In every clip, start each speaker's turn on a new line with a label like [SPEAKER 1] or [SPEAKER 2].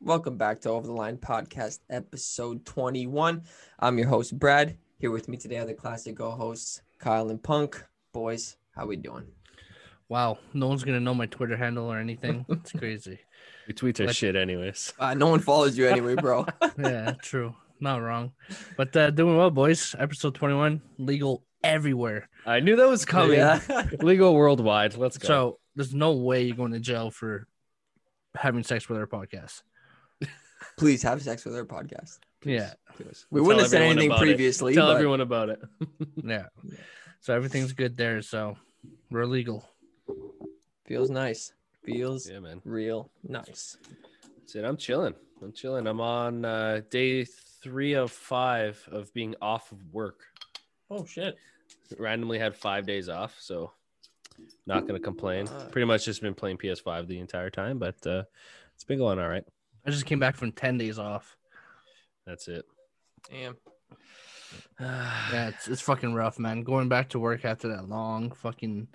[SPEAKER 1] Welcome back to Over the Line Podcast, episode 21. I'm your host, Brad. Here with me today are the classic co hosts, Kyle and Punk. Boys, how we doing?
[SPEAKER 2] Wow, no one's gonna know my Twitter handle or anything. It's crazy.
[SPEAKER 3] We tweet our
[SPEAKER 2] Like-
[SPEAKER 3] shit anyways.
[SPEAKER 1] Uh, no one follows you anyway, bro.
[SPEAKER 2] yeah, true. Not wrong. But uh, doing well, boys. Episode 21, legal everywhere.
[SPEAKER 3] I knew that was coming.
[SPEAKER 1] Yeah.
[SPEAKER 3] Legal worldwide. Let's go.
[SPEAKER 2] So there's no way you're going to jail for having sex with our podcast.
[SPEAKER 1] Please have sex with our podcast.
[SPEAKER 2] Yeah,
[SPEAKER 1] Please. We
[SPEAKER 3] Tell
[SPEAKER 1] wouldn't have said
[SPEAKER 3] everyone
[SPEAKER 1] anything
[SPEAKER 3] about it.
[SPEAKER 1] previously.
[SPEAKER 3] Tell
[SPEAKER 1] but
[SPEAKER 3] everyone about it.
[SPEAKER 2] yeah. So everything's good there. So we're legal.
[SPEAKER 1] Feels nice. Feels
[SPEAKER 3] Yeah, man.
[SPEAKER 1] real nice.
[SPEAKER 3] That's it. I'm chilling. I'm chilling. I'm on uh, day three of five of being off of work.
[SPEAKER 1] Oh, shit.
[SPEAKER 3] Randomly had five days off, so not gonna complain.
[SPEAKER 1] Fuck.
[SPEAKER 3] Pretty much just been playing PS5 the entire time, but uh, it's been going all right.
[SPEAKER 2] I just came back from 10 days off.
[SPEAKER 3] That's it.
[SPEAKER 1] Damn.
[SPEAKER 2] Yeah, it's, it's fucking rough, man. Going back to work after that long fucking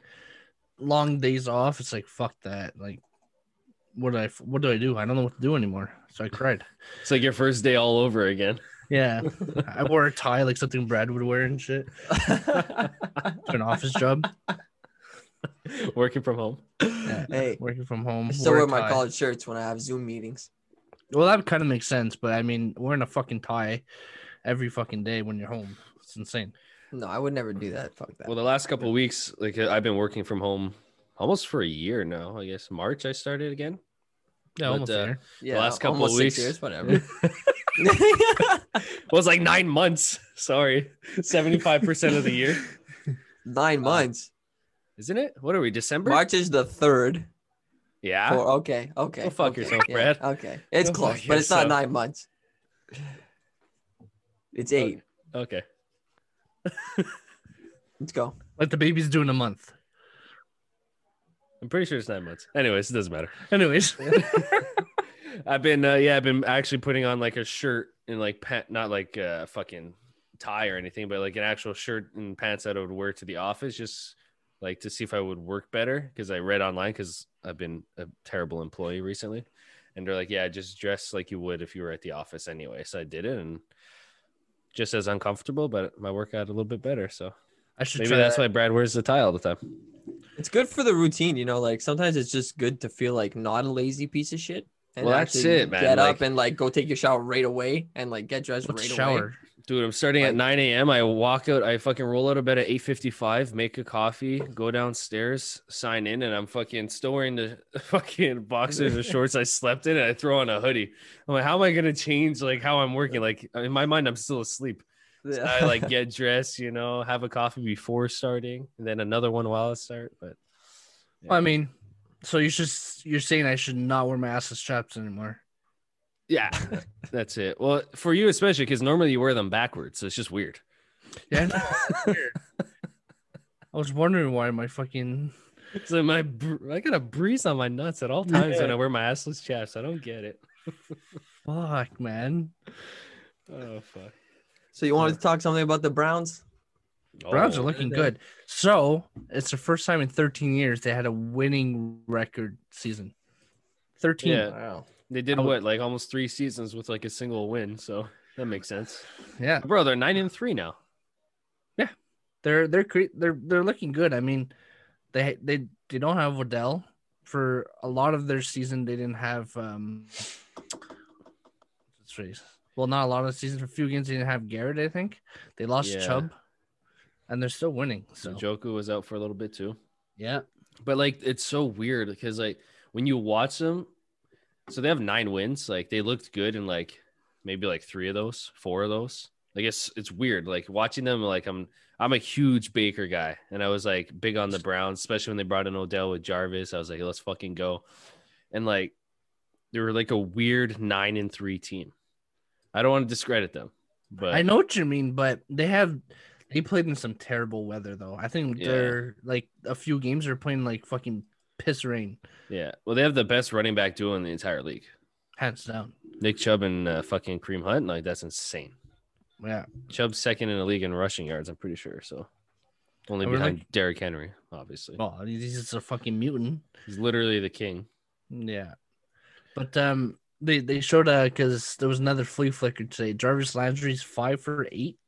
[SPEAKER 2] long days off, it's like fuck that. Like, what do I what do I do? I don't know what to do anymore. So I cried.
[SPEAKER 3] It's like your first day all over again.
[SPEAKER 2] Yeah, I wore a tie like something Brad would wear and shit to an office job,
[SPEAKER 3] Working from home.
[SPEAKER 2] Yeah.
[SPEAKER 1] hey,
[SPEAKER 2] working from home.
[SPEAKER 1] I still
[SPEAKER 2] wore
[SPEAKER 1] wear
[SPEAKER 2] a
[SPEAKER 1] my
[SPEAKER 2] tie.
[SPEAKER 1] college shirts when I have Zoom meetings.
[SPEAKER 2] Well, that kind of makes sense, but I mean, wearing a fucking tie every fucking day when you're home, it's insane.
[SPEAKER 1] No, I would never do that. Fuck that.
[SPEAKER 3] Well, the last couple of weeks, like uh, I've been working from home almost for a year now. I guess March I started again.
[SPEAKER 2] Yeah,
[SPEAKER 3] But,
[SPEAKER 2] almost
[SPEAKER 3] uh,
[SPEAKER 2] there.
[SPEAKER 1] yeah,
[SPEAKER 3] last couple
[SPEAKER 1] almost six
[SPEAKER 3] weeks-
[SPEAKER 1] years, whatever.
[SPEAKER 3] Well, it's like nine months. Sorry, seventy-five percent of the year,
[SPEAKER 1] Nine months.
[SPEAKER 3] isn't it? What are we? December?
[SPEAKER 1] March is the third.
[SPEAKER 3] Yeah.
[SPEAKER 1] Four- okay, okay.
[SPEAKER 3] Ah. Go fuck
[SPEAKER 1] okay,
[SPEAKER 3] yourself,
[SPEAKER 1] yeah,
[SPEAKER 3] Brad.
[SPEAKER 1] Okay, it's
[SPEAKER 3] Go
[SPEAKER 1] close,
[SPEAKER 3] fuck
[SPEAKER 1] but it's not
[SPEAKER 3] yourself.
[SPEAKER 1] nine months. It's eight.
[SPEAKER 3] Okay.
[SPEAKER 1] Let's go.
[SPEAKER 2] Like the baby's doing a month.
[SPEAKER 3] I'm pretty sure it's nine months. Anyways, it doesn't matter.
[SPEAKER 2] Anyways,
[SPEAKER 3] I've been, uh, yeah, I've been actually putting on like a shirt and like pant, not like a fucking tie or anything, but like an actual shirt and pants that I would wear to the office, just like to see if I would work better. Because I read online, because I've been a terrible employee recently, and they're like, yeah, just dress like you would if you were at the office anyway. So I did it, and just as uncomfortable, but my workout a little bit better. So
[SPEAKER 2] I should
[SPEAKER 3] maybe
[SPEAKER 2] try
[SPEAKER 3] that's
[SPEAKER 2] that.
[SPEAKER 3] why Brad wears the tie all the time.
[SPEAKER 1] It's good for the routine, you know. Like sometimes it's just good to feel like not a lazy piece of shit.
[SPEAKER 3] Well, that's it, man,
[SPEAKER 1] Get up
[SPEAKER 3] like-
[SPEAKER 1] and like go take your shower right away and like get dressed
[SPEAKER 2] Let's
[SPEAKER 1] right
[SPEAKER 2] shower.
[SPEAKER 1] away.
[SPEAKER 3] Dude, I'm starting at 9 a.m. I walk out, I fucking roll out of bed at 8:55, make a coffee, go downstairs, sign in, and I'm fucking still wearing the fucking boxers and shorts I slept in, and I throw on a hoodie. I'm like, how am I gonna change like how I'm working? Like in my mind, I'm still asleep. So I like get dressed, you know, have a coffee before starting, and then another one while I start. But
[SPEAKER 2] Well, I mean, so you should you're saying I should not wear my assless chaps anymore.
[SPEAKER 3] yeah, that's it. Well, for you especially, because normally you wear them backwards, so it's just weird.
[SPEAKER 2] Yeah. I was wondering why my fucking
[SPEAKER 3] So my br- I got a breeze on my nuts at all times when
[SPEAKER 2] Yeah.
[SPEAKER 3] I wear my assless chaps. I don't get it.
[SPEAKER 2] fuck man.
[SPEAKER 3] Oh fuck.
[SPEAKER 1] So you wanted to talk something about the Browns?
[SPEAKER 2] Browns are
[SPEAKER 3] Oh.
[SPEAKER 2] looking
[SPEAKER 1] yeah.
[SPEAKER 2] good. So it's the first time in 13 years they had a winning record season. 13.
[SPEAKER 3] Yeah.
[SPEAKER 1] Wow.
[SPEAKER 3] They did
[SPEAKER 2] I would-
[SPEAKER 3] what, like almost three seasons with like a single win, so that makes sense.
[SPEAKER 2] yeah.
[SPEAKER 3] Bro, they're nine and three now.
[SPEAKER 2] they're they're cre- they're they're looking good. I mean, they they they don't have Odell for a lot of their season. They didn't have um, what's his face? Well, not a lot of the season for a few games. They didn't have Garrett. I think they lost
[SPEAKER 3] Yeah.
[SPEAKER 2] Chubb, and they're still winning.
[SPEAKER 3] So
[SPEAKER 2] So
[SPEAKER 3] Joku was out for a little bit too.
[SPEAKER 2] yeah,
[SPEAKER 3] But like it's so weird because like when you watch them, so they have nine wins. Like they looked good in like maybe like three of those, four of those. I guess it's weird. Like watching them, like I'm I'm a huge Baker guy. And I was like big on the Browns, especially when they brought in Odell with Jarvis. I was like, let's fucking go. And like they were like a weird nine and three team. I don't want to discredit them, but
[SPEAKER 2] I know what you mean, but they have they played in some terrible weather though. I think
[SPEAKER 3] Yeah.
[SPEAKER 2] they're like a few games are playing like fucking piss rain,
[SPEAKER 3] yeah. Well, they have the best running back duo in the entire league.
[SPEAKER 2] hands down.
[SPEAKER 3] Nick Chubb and uh, fucking Cream Hunt. Like that's insane.
[SPEAKER 2] Yeah,
[SPEAKER 3] Chubb's second in the league in rushing yards, I'm pretty sure. So only
[SPEAKER 2] And we're
[SPEAKER 3] behind Derrick Henry, obviously.
[SPEAKER 2] well, he's just a fucking mutant.
[SPEAKER 3] He's literally the king.
[SPEAKER 2] Yeah. But um they they showed uh because there was another flea flicker today. Jarvis Landry's five for eight,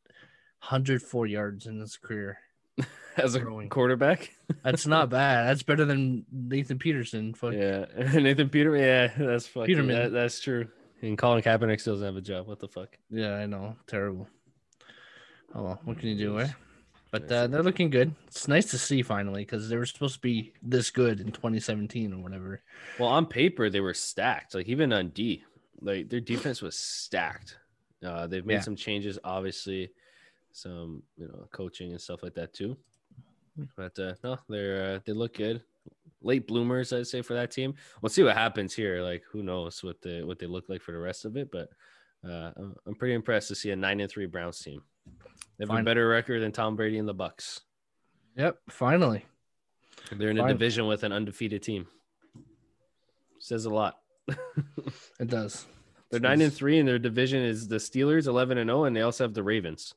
[SPEAKER 2] hundred four yards in his career.
[SPEAKER 3] as a
[SPEAKER 2] Throwing.
[SPEAKER 3] quarterback.
[SPEAKER 2] That's not bad. That's better than Nathan Peterson. Fuck.
[SPEAKER 3] Yeah, Nathan Peterman. Yeah, that's fucking.
[SPEAKER 2] Peterman.
[SPEAKER 3] that- that's true. And Colin Kaepernick still doesn't have a job. What the fuck?
[SPEAKER 2] Yeah, I know. Terrible. Oh well, what can you do, eh?
[SPEAKER 3] Jeez.
[SPEAKER 2] But
[SPEAKER 3] Yeah,
[SPEAKER 2] uh,
[SPEAKER 3] so-
[SPEAKER 2] they're looking good. It's nice to see finally because they were supposed to be this good in 2017 or whatever.
[SPEAKER 3] Well, on paper they were stacked. Like even on D, like their defense was stacked. Uh, they've made
[SPEAKER 2] Yeah.
[SPEAKER 3] some changes, obviously, some you know coaching and stuff like that too. But uh, no, they're uh, they look good. Late bloomers, I'd say, for that team. We'll see what happens here. Like who knows what the what they look like for the rest of it. But uh, I'm- I'm pretty impressed to see a nine and three Browns team. They have a
[SPEAKER 2] Fine.
[SPEAKER 3] better record than Tom Brady and the Bucks.
[SPEAKER 2] Yep, finally.
[SPEAKER 3] They're in a
[SPEAKER 2] Fine.
[SPEAKER 3] division with an undefeated team. Says a lot.
[SPEAKER 2] It does.
[SPEAKER 3] They're nine and
[SPEAKER 2] Jeez.
[SPEAKER 3] three, and their division is the Steelers eleven and zero, and they also have the Ravens,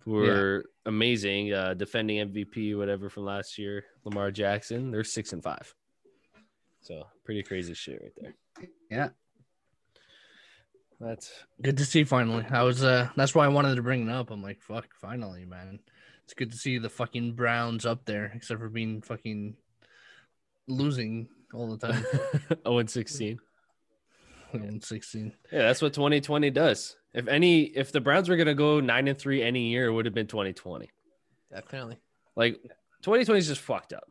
[SPEAKER 3] who
[SPEAKER 2] Yeah.
[SPEAKER 3] are amazing, uh, defending MVP whatever from last year, Lamar Jackson. They're six and five, so pretty crazy shit right there.
[SPEAKER 2] Yeah.
[SPEAKER 3] that's
[SPEAKER 2] Good to see finally. I was uh that's why I wanted to bring it up. I'm like, fuck, finally, man. It's good to see the fucking Browns up there, except for being fucking losing all the time.
[SPEAKER 3] zero oh and sixteen.
[SPEAKER 2] in 16.
[SPEAKER 3] Yeah, that's what twenty twenty does. If any, if the Browns were gonna go nine and three any year, it would have been twenty twenty.
[SPEAKER 1] Definitely.
[SPEAKER 3] Like 2020 is just fucked up.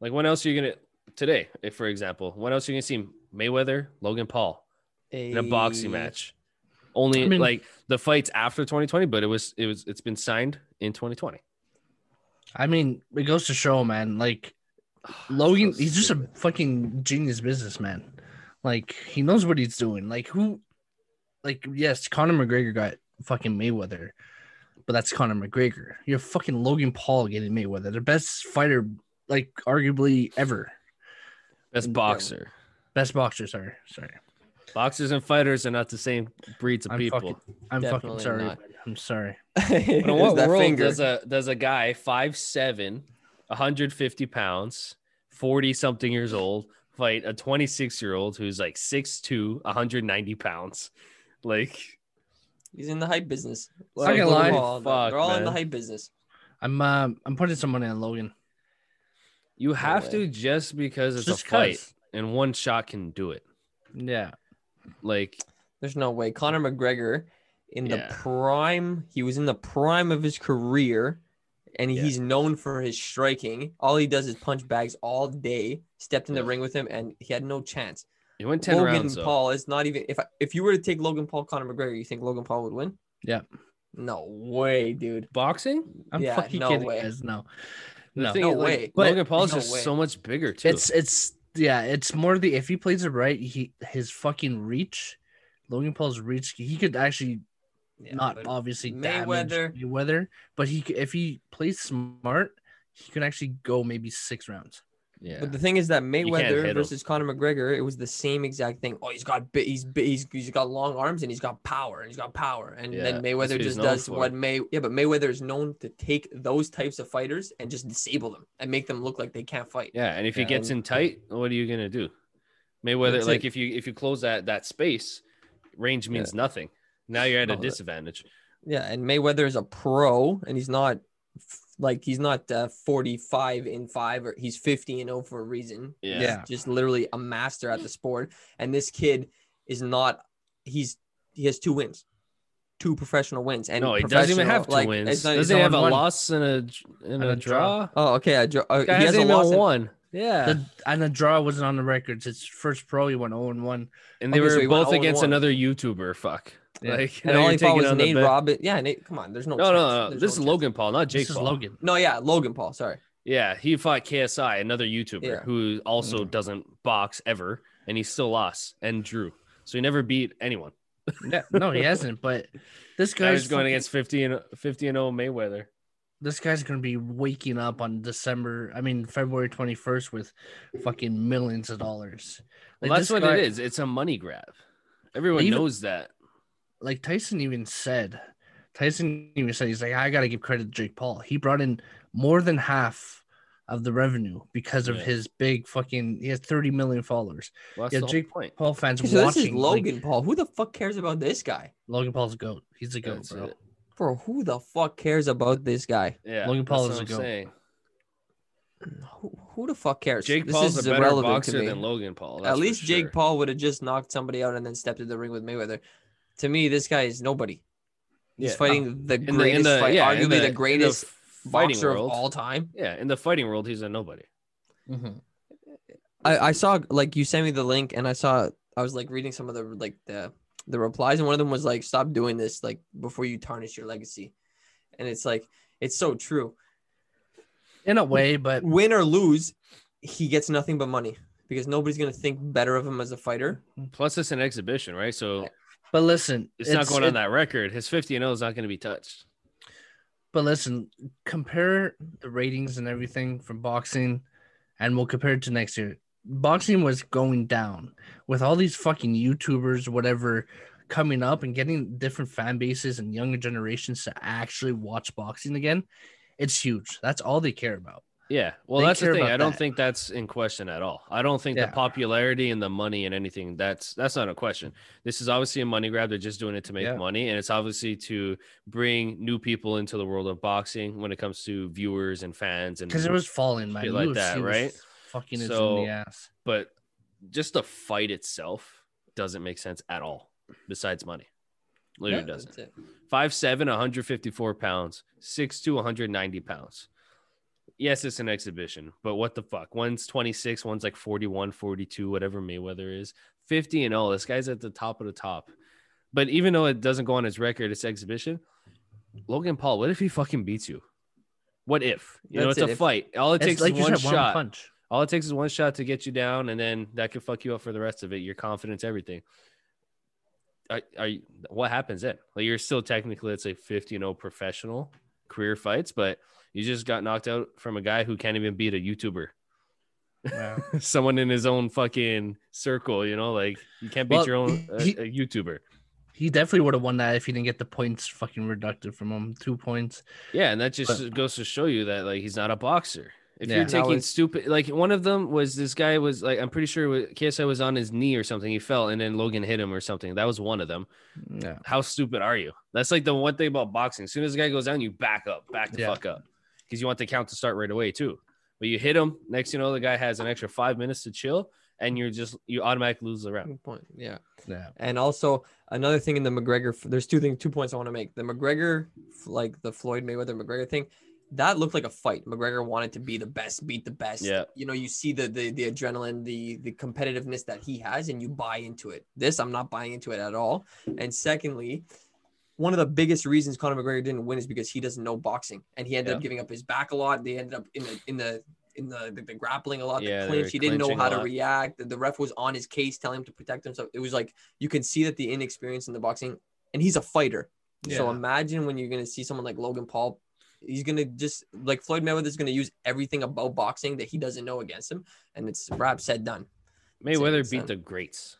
[SPEAKER 3] Like when else are you gonna today, if for example, when else are you gonna see Mayweather, Logan Paul? in a boxing
[SPEAKER 1] Hey,
[SPEAKER 3] match. Only
[SPEAKER 2] I mean-
[SPEAKER 3] like the fights after 2020, but it was it was it's been signed in 2020.
[SPEAKER 2] I mean, it goes to show, man, like Logan,
[SPEAKER 1] so
[SPEAKER 2] he's just a
[SPEAKER 1] stupid.
[SPEAKER 2] fucking genius businessman. Like he knows what he's doing. Like who, like yes, Conor McGregor got fucking Mayweather, but that's Conor McGregor. You're fucking Logan Paul getting Mayweather, the best fighter, like arguably ever,
[SPEAKER 3] Best
[SPEAKER 1] Incredible.
[SPEAKER 3] boxer.
[SPEAKER 2] best boxer. Sorry, sorry.
[SPEAKER 3] Boxers and fighters are not the same breeds of
[SPEAKER 2] I'm
[SPEAKER 3] people.
[SPEAKER 2] fucking- I'm fucking
[SPEAKER 1] Definitely
[SPEAKER 2] sorry.
[SPEAKER 1] not.
[SPEAKER 2] man. I'm sorry.
[SPEAKER 3] But in what
[SPEAKER 1] There's that
[SPEAKER 3] world
[SPEAKER 1] finger.
[SPEAKER 3] does a does a guy 5'7, 150 pounds, 40 something years old fight a 26 year old who's like 6'2, 190 pounds? Like
[SPEAKER 1] He's in the hype business.
[SPEAKER 2] Not gonna
[SPEAKER 1] Logan
[SPEAKER 2] lie.
[SPEAKER 1] Paul,
[SPEAKER 3] Fuck,
[SPEAKER 1] they're all in the
[SPEAKER 3] man.
[SPEAKER 1] hype business.
[SPEAKER 2] I'm uh, I'm putting some money on Logan.
[SPEAKER 3] you have
[SPEAKER 1] way.
[SPEAKER 3] to just because it's
[SPEAKER 2] Just
[SPEAKER 3] a fight
[SPEAKER 2] 'cause.
[SPEAKER 3] and one shot can do it.
[SPEAKER 2] Yeah,
[SPEAKER 3] Like
[SPEAKER 1] There's no way. Conor McGregor in
[SPEAKER 3] Yeah.
[SPEAKER 1] the prime, he was in the prime of his career, and
[SPEAKER 3] Yeah.
[SPEAKER 1] he's known for his striking. All he does is punch bags all day. Stepped in the
[SPEAKER 3] Yeah.
[SPEAKER 1] ring with him, and he had no chance.
[SPEAKER 3] it went 10
[SPEAKER 1] Logan
[SPEAKER 3] rounds. though.
[SPEAKER 1] Paul is not even. If I, if you were to take Logan Paul, Conor McGregor, you think Logan Paul would win?
[SPEAKER 2] Yeah.
[SPEAKER 1] No way, dude.
[SPEAKER 3] boxing?
[SPEAKER 2] I'm
[SPEAKER 1] Yeah,
[SPEAKER 2] fucking
[SPEAKER 1] no
[SPEAKER 2] kidding,
[SPEAKER 1] way.
[SPEAKER 2] guys. No,
[SPEAKER 3] The
[SPEAKER 2] no.
[SPEAKER 3] thing
[SPEAKER 1] No
[SPEAKER 3] is, like,
[SPEAKER 1] way.
[SPEAKER 2] But-
[SPEAKER 3] Logan Paul's
[SPEAKER 1] no
[SPEAKER 3] just
[SPEAKER 1] way.
[SPEAKER 3] so much bigger too.
[SPEAKER 2] It's it's yeah, it's more the if he plays it right, he his fucking reach, Logan Paul's reach, he could actually
[SPEAKER 1] Yeah,
[SPEAKER 2] not
[SPEAKER 1] but
[SPEAKER 2] obviously
[SPEAKER 1] Mayweather-
[SPEAKER 2] damage Mayweather, but he could, if he plays smart, he can actually go maybe six rounds.
[SPEAKER 3] yeah.
[SPEAKER 1] But the thing is that
[SPEAKER 3] hit
[SPEAKER 1] Mayweather
[SPEAKER 3] 'em.
[SPEAKER 1] versus Conor McGregor, it was the same exact thing. Oh, he's got big, he's big, he's, he's got long arms and he's got power and he's got power. And
[SPEAKER 3] Yeah,
[SPEAKER 1] then
[SPEAKER 3] that's what
[SPEAKER 1] Mayweather
[SPEAKER 3] he's
[SPEAKER 1] just
[SPEAKER 3] known
[SPEAKER 1] does
[SPEAKER 3] for.
[SPEAKER 1] what May yeah, but Mayweather is known to take those types of fighters and just disable them and make them look like they can't fight.
[SPEAKER 3] yeah, and if he
[SPEAKER 2] Yeah,
[SPEAKER 3] gets
[SPEAKER 1] and-
[SPEAKER 3] in tight, what are you gonna do? Mayweather,
[SPEAKER 1] That's
[SPEAKER 3] like
[SPEAKER 1] it.
[SPEAKER 3] if you if you close that that space, range means nothing. Now you're at a
[SPEAKER 1] No, that-
[SPEAKER 3] disadvantage.
[SPEAKER 1] Yeah, and Mayweather is a pro and he's not f- like he's not uh, 45 in 5 or he's 50 and 0 for a reason.
[SPEAKER 3] Yeah.
[SPEAKER 2] Yeah.
[SPEAKER 1] just literally a master at the sport. And this kid is not he's he has two wins, two professional wins. And
[SPEAKER 3] no, he doesn't even
[SPEAKER 1] professional-
[SPEAKER 3] have two
[SPEAKER 1] like,
[SPEAKER 3] wins.
[SPEAKER 1] it's not-
[SPEAKER 3] doesn't
[SPEAKER 1] it's
[SPEAKER 3] he
[SPEAKER 1] not
[SPEAKER 3] have a
[SPEAKER 1] one-
[SPEAKER 3] loss and a and, a,
[SPEAKER 2] a
[SPEAKER 3] draw?
[SPEAKER 2] draw.
[SPEAKER 1] Oh, okay. I draw, uh, he
[SPEAKER 3] Guy
[SPEAKER 1] has a
[SPEAKER 3] hasn't
[SPEAKER 1] loss.
[SPEAKER 3] even
[SPEAKER 1] and-
[SPEAKER 3] won. Yeah,
[SPEAKER 2] The, and the draw wasn't on the records. It's first pro he went 0 and 1.
[SPEAKER 3] and they
[SPEAKER 1] Okay, so
[SPEAKER 3] were
[SPEAKER 1] he went
[SPEAKER 3] both
[SPEAKER 1] 0 and
[SPEAKER 3] against
[SPEAKER 1] 1.
[SPEAKER 3] another YouTuber. Fuck.
[SPEAKER 2] Yeah.
[SPEAKER 3] Like
[SPEAKER 1] And
[SPEAKER 3] now
[SPEAKER 1] all
[SPEAKER 3] you're
[SPEAKER 1] he fought
[SPEAKER 3] taking
[SPEAKER 1] was
[SPEAKER 3] on the
[SPEAKER 1] Nate
[SPEAKER 3] bet-
[SPEAKER 1] Robin. Yeah, Nate. Come on. There's no.
[SPEAKER 3] No,
[SPEAKER 1] chance.
[SPEAKER 3] no, no.
[SPEAKER 1] There's
[SPEAKER 3] This is
[SPEAKER 1] no chance.
[SPEAKER 3] Logan Paul, not Jake
[SPEAKER 2] this is
[SPEAKER 3] Paul.
[SPEAKER 2] Logan.
[SPEAKER 1] No, yeah, Logan Paul. Sorry.
[SPEAKER 3] Yeah, he fought KSI, another YouTuber
[SPEAKER 1] Yeah. Mm.
[SPEAKER 3] who also
[SPEAKER 2] Mhm.
[SPEAKER 3] doesn't box ever, and he still lost and drew. So he never beat anyone.
[SPEAKER 2] Yeah, no, he hasn't, but this
[SPEAKER 3] Now
[SPEAKER 2] guy's
[SPEAKER 3] he's going
[SPEAKER 2] fucking-
[SPEAKER 3] against 50 and 50 and 0 Mayweather.
[SPEAKER 2] this guy's gonna be waking up on December, I mean February 21st with fucking millions of dollars.
[SPEAKER 3] Well,
[SPEAKER 2] Like,
[SPEAKER 3] that's
[SPEAKER 2] this
[SPEAKER 3] what
[SPEAKER 2] guy-
[SPEAKER 3] it is. It's a money grab. Everyone
[SPEAKER 2] Even-
[SPEAKER 3] knows that.
[SPEAKER 2] like Tyson even said, Tyson even said he's like, I gotta give credit to Jake Paul. He brought in more than half of the revenue because of
[SPEAKER 3] Yeah.
[SPEAKER 2] his big fucking. He has 30 million followers.
[SPEAKER 3] Well, that's
[SPEAKER 2] Yeah,
[SPEAKER 3] the whole
[SPEAKER 2] Jake
[SPEAKER 3] point.
[SPEAKER 2] Paul fans
[SPEAKER 1] so this is
[SPEAKER 2] watching. like,
[SPEAKER 1] Logan Paul. Who the fuck cares about this guy?
[SPEAKER 2] Logan Paul's a goat. He's a goat,
[SPEAKER 3] That's
[SPEAKER 2] bro.
[SPEAKER 3] it.
[SPEAKER 1] Bro, who the fuck cares about this guy?
[SPEAKER 3] Yeah,
[SPEAKER 2] Logan Paul is
[SPEAKER 3] that's
[SPEAKER 2] a
[SPEAKER 3] what
[SPEAKER 2] goat.
[SPEAKER 3] I'm saying.
[SPEAKER 1] Who, who the fuck cares?
[SPEAKER 3] Jake
[SPEAKER 1] this
[SPEAKER 3] Paul's a
[SPEAKER 1] is
[SPEAKER 3] better
[SPEAKER 1] irrelevant to
[SPEAKER 3] boxer
[SPEAKER 1] me.
[SPEAKER 3] than Logan Paul.
[SPEAKER 1] At least Jake Paul would have just knocked somebody out and then stepped into the ring with Mayweather. To me, this guy is nobody. He's
[SPEAKER 3] Yeah.
[SPEAKER 1] fighting the greatest, fight, arguably the, greatest boxer of all time.
[SPEAKER 3] Yeah, in the fighting world, he's a nobody. Mm-hmm.
[SPEAKER 1] I, I saw like you sent me the link and I saw I was like reading some of the like the the replies and one of them was like stop doing this like before you tarnish your legacy, and it's like it's so true.
[SPEAKER 2] In a way, but
[SPEAKER 1] Win or lose, he gets nothing but money because nobody's gonna think better of him as a fighter.
[SPEAKER 3] Plus, it's an exhibition, right? So
[SPEAKER 2] but listen,
[SPEAKER 3] it's, not going
[SPEAKER 2] it-
[SPEAKER 3] on that record. His 50 and 0 is not going to be touched.
[SPEAKER 2] But listen, compare the ratings and everything from boxing, and we'll compare it to next year. Boxing was going down with all these fucking YouTubers, whatever, coming up and getting different fan bases and younger generations to actually watch boxing again. It's huge. That's all they care about.
[SPEAKER 3] Yeah. Well,
[SPEAKER 2] They
[SPEAKER 3] that's the
[SPEAKER 2] care
[SPEAKER 3] thing.
[SPEAKER 2] about
[SPEAKER 3] I don't
[SPEAKER 2] that.
[SPEAKER 3] think that's in question at all. I don't think
[SPEAKER 2] Yeah.
[SPEAKER 3] the popularity and the money and anything that's that's not a question. This is obviously a money grab. They're just doing it to make
[SPEAKER 2] Yeah.
[SPEAKER 3] money, and it's obviously to bring new people into the world of boxing when it comes to viewers and fans. And
[SPEAKER 2] Because it was falling, man.
[SPEAKER 3] Shit like that,
[SPEAKER 2] was
[SPEAKER 3] right?
[SPEAKER 2] Fucking is in
[SPEAKER 3] So-
[SPEAKER 2] the ass.
[SPEAKER 3] but just the fight itself doesn't make sense at all. Besides money, literally
[SPEAKER 1] Yeah,
[SPEAKER 3] doesn't.
[SPEAKER 1] that's it.
[SPEAKER 3] Five seven, 154 pounds, six to 190 pounds. Yes, it's an exhibition, but what the fuck? One's 26, one's like 41, 42, whatever Mayweather is. 50 and all. This guy's at the top of the top. But even though it doesn't go on his record, it's exhibition. Logan Paul, what if he fucking beats you? What if? You
[SPEAKER 1] That's
[SPEAKER 3] know,
[SPEAKER 1] it.
[SPEAKER 3] it's a
[SPEAKER 1] If-
[SPEAKER 3] fight. All it
[SPEAKER 2] It's
[SPEAKER 3] takes
[SPEAKER 2] like
[SPEAKER 3] is
[SPEAKER 2] you
[SPEAKER 3] one
[SPEAKER 2] said, one
[SPEAKER 3] shot.
[SPEAKER 2] punch.
[SPEAKER 3] All it takes is one shot to get you down, and then that could fuck you up for the rest of it. Your confidence, everything. Are, are you, what happens then? Like you're still technically, let's say, 50 and 0 professional career fights, but you just got knocked out from a guy who can't even beat a YouTuber,
[SPEAKER 2] Yeah.
[SPEAKER 3] someone in his own fucking circle. You know, like you can't beat
[SPEAKER 2] Well,
[SPEAKER 3] your own a,
[SPEAKER 2] he-
[SPEAKER 3] a YouTuber.
[SPEAKER 2] he definitely would have won that if he didn't get the points fucking reducted from him. Two points.
[SPEAKER 3] Yeah, and that just
[SPEAKER 2] But-
[SPEAKER 3] goes to show you that like he's not a boxer. If
[SPEAKER 2] Yeah.
[SPEAKER 3] you're
[SPEAKER 1] No,
[SPEAKER 3] taking
[SPEAKER 1] it's-
[SPEAKER 3] stupid, like one of them was this guy was like I'm pretty sure it was- KSI was on his knee or something. He fell and then Logan hit him or something. That was one of them.
[SPEAKER 2] Yeah.
[SPEAKER 3] How stupid are you? That's like the one thing about boxing. As soon as the guy goes down, you back up, back the
[SPEAKER 2] Yeah.
[SPEAKER 3] fuck up, because you want the count to start right away too. But you hit him. Next, you know, the guy has an extra five minutes to chill, and you're just you automatically lose the round.
[SPEAKER 1] Good point. Yeah.
[SPEAKER 2] Yeah.
[SPEAKER 1] And also another thing in the McGregor, there's two things, two points I want to make. The McGregor, like the Floyd Mayweather McGregor thing, that looked like a fight. McGregor wanted to be the best, beat the best.
[SPEAKER 3] Yeah.
[SPEAKER 1] You know, you see the the the adrenaline, the the competitiveness that he has, and you buy into it. This, I'm not buying into it at all. And secondly, one of the biggest reasons Conor McGregor didn't win is because he doesn't know boxing, and he ended
[SPEAKER 3] Yeah.
[SPEAKER 1] up giving up his back a lot. They ended up in the in the in the, the, the grappling a lot,
[SPEAKER 3] Yeah,
[SPEAKER 1] the
[SPEAKER 3] they
[SPEAKER 1] clinch.
[SPEAKER 3] were
[SPEAKER 1] He didn't know
[SPEAKER 3] clinching a
[SPEAKER 1] how to
[SPEAKER 3] lot.
[SPEAKER 1] react. The, the ref was on his case, telling him to protect himself. It was like you can see that the inexperience in the boxing, and he's a fighter. So
[SPEAKER 2] Yeah.
[SPEAKER 1] imagine when you're gonna see someone like Logan Paul, he's gonna just like Floyd Mayweather's gonna use everything about boxing that he doesn't know against him, and it's rap said done.
[SPEAKER 3] Mayweather
[SPEAKER 1] Same, same.
[SPEAKER 3] beat the greats.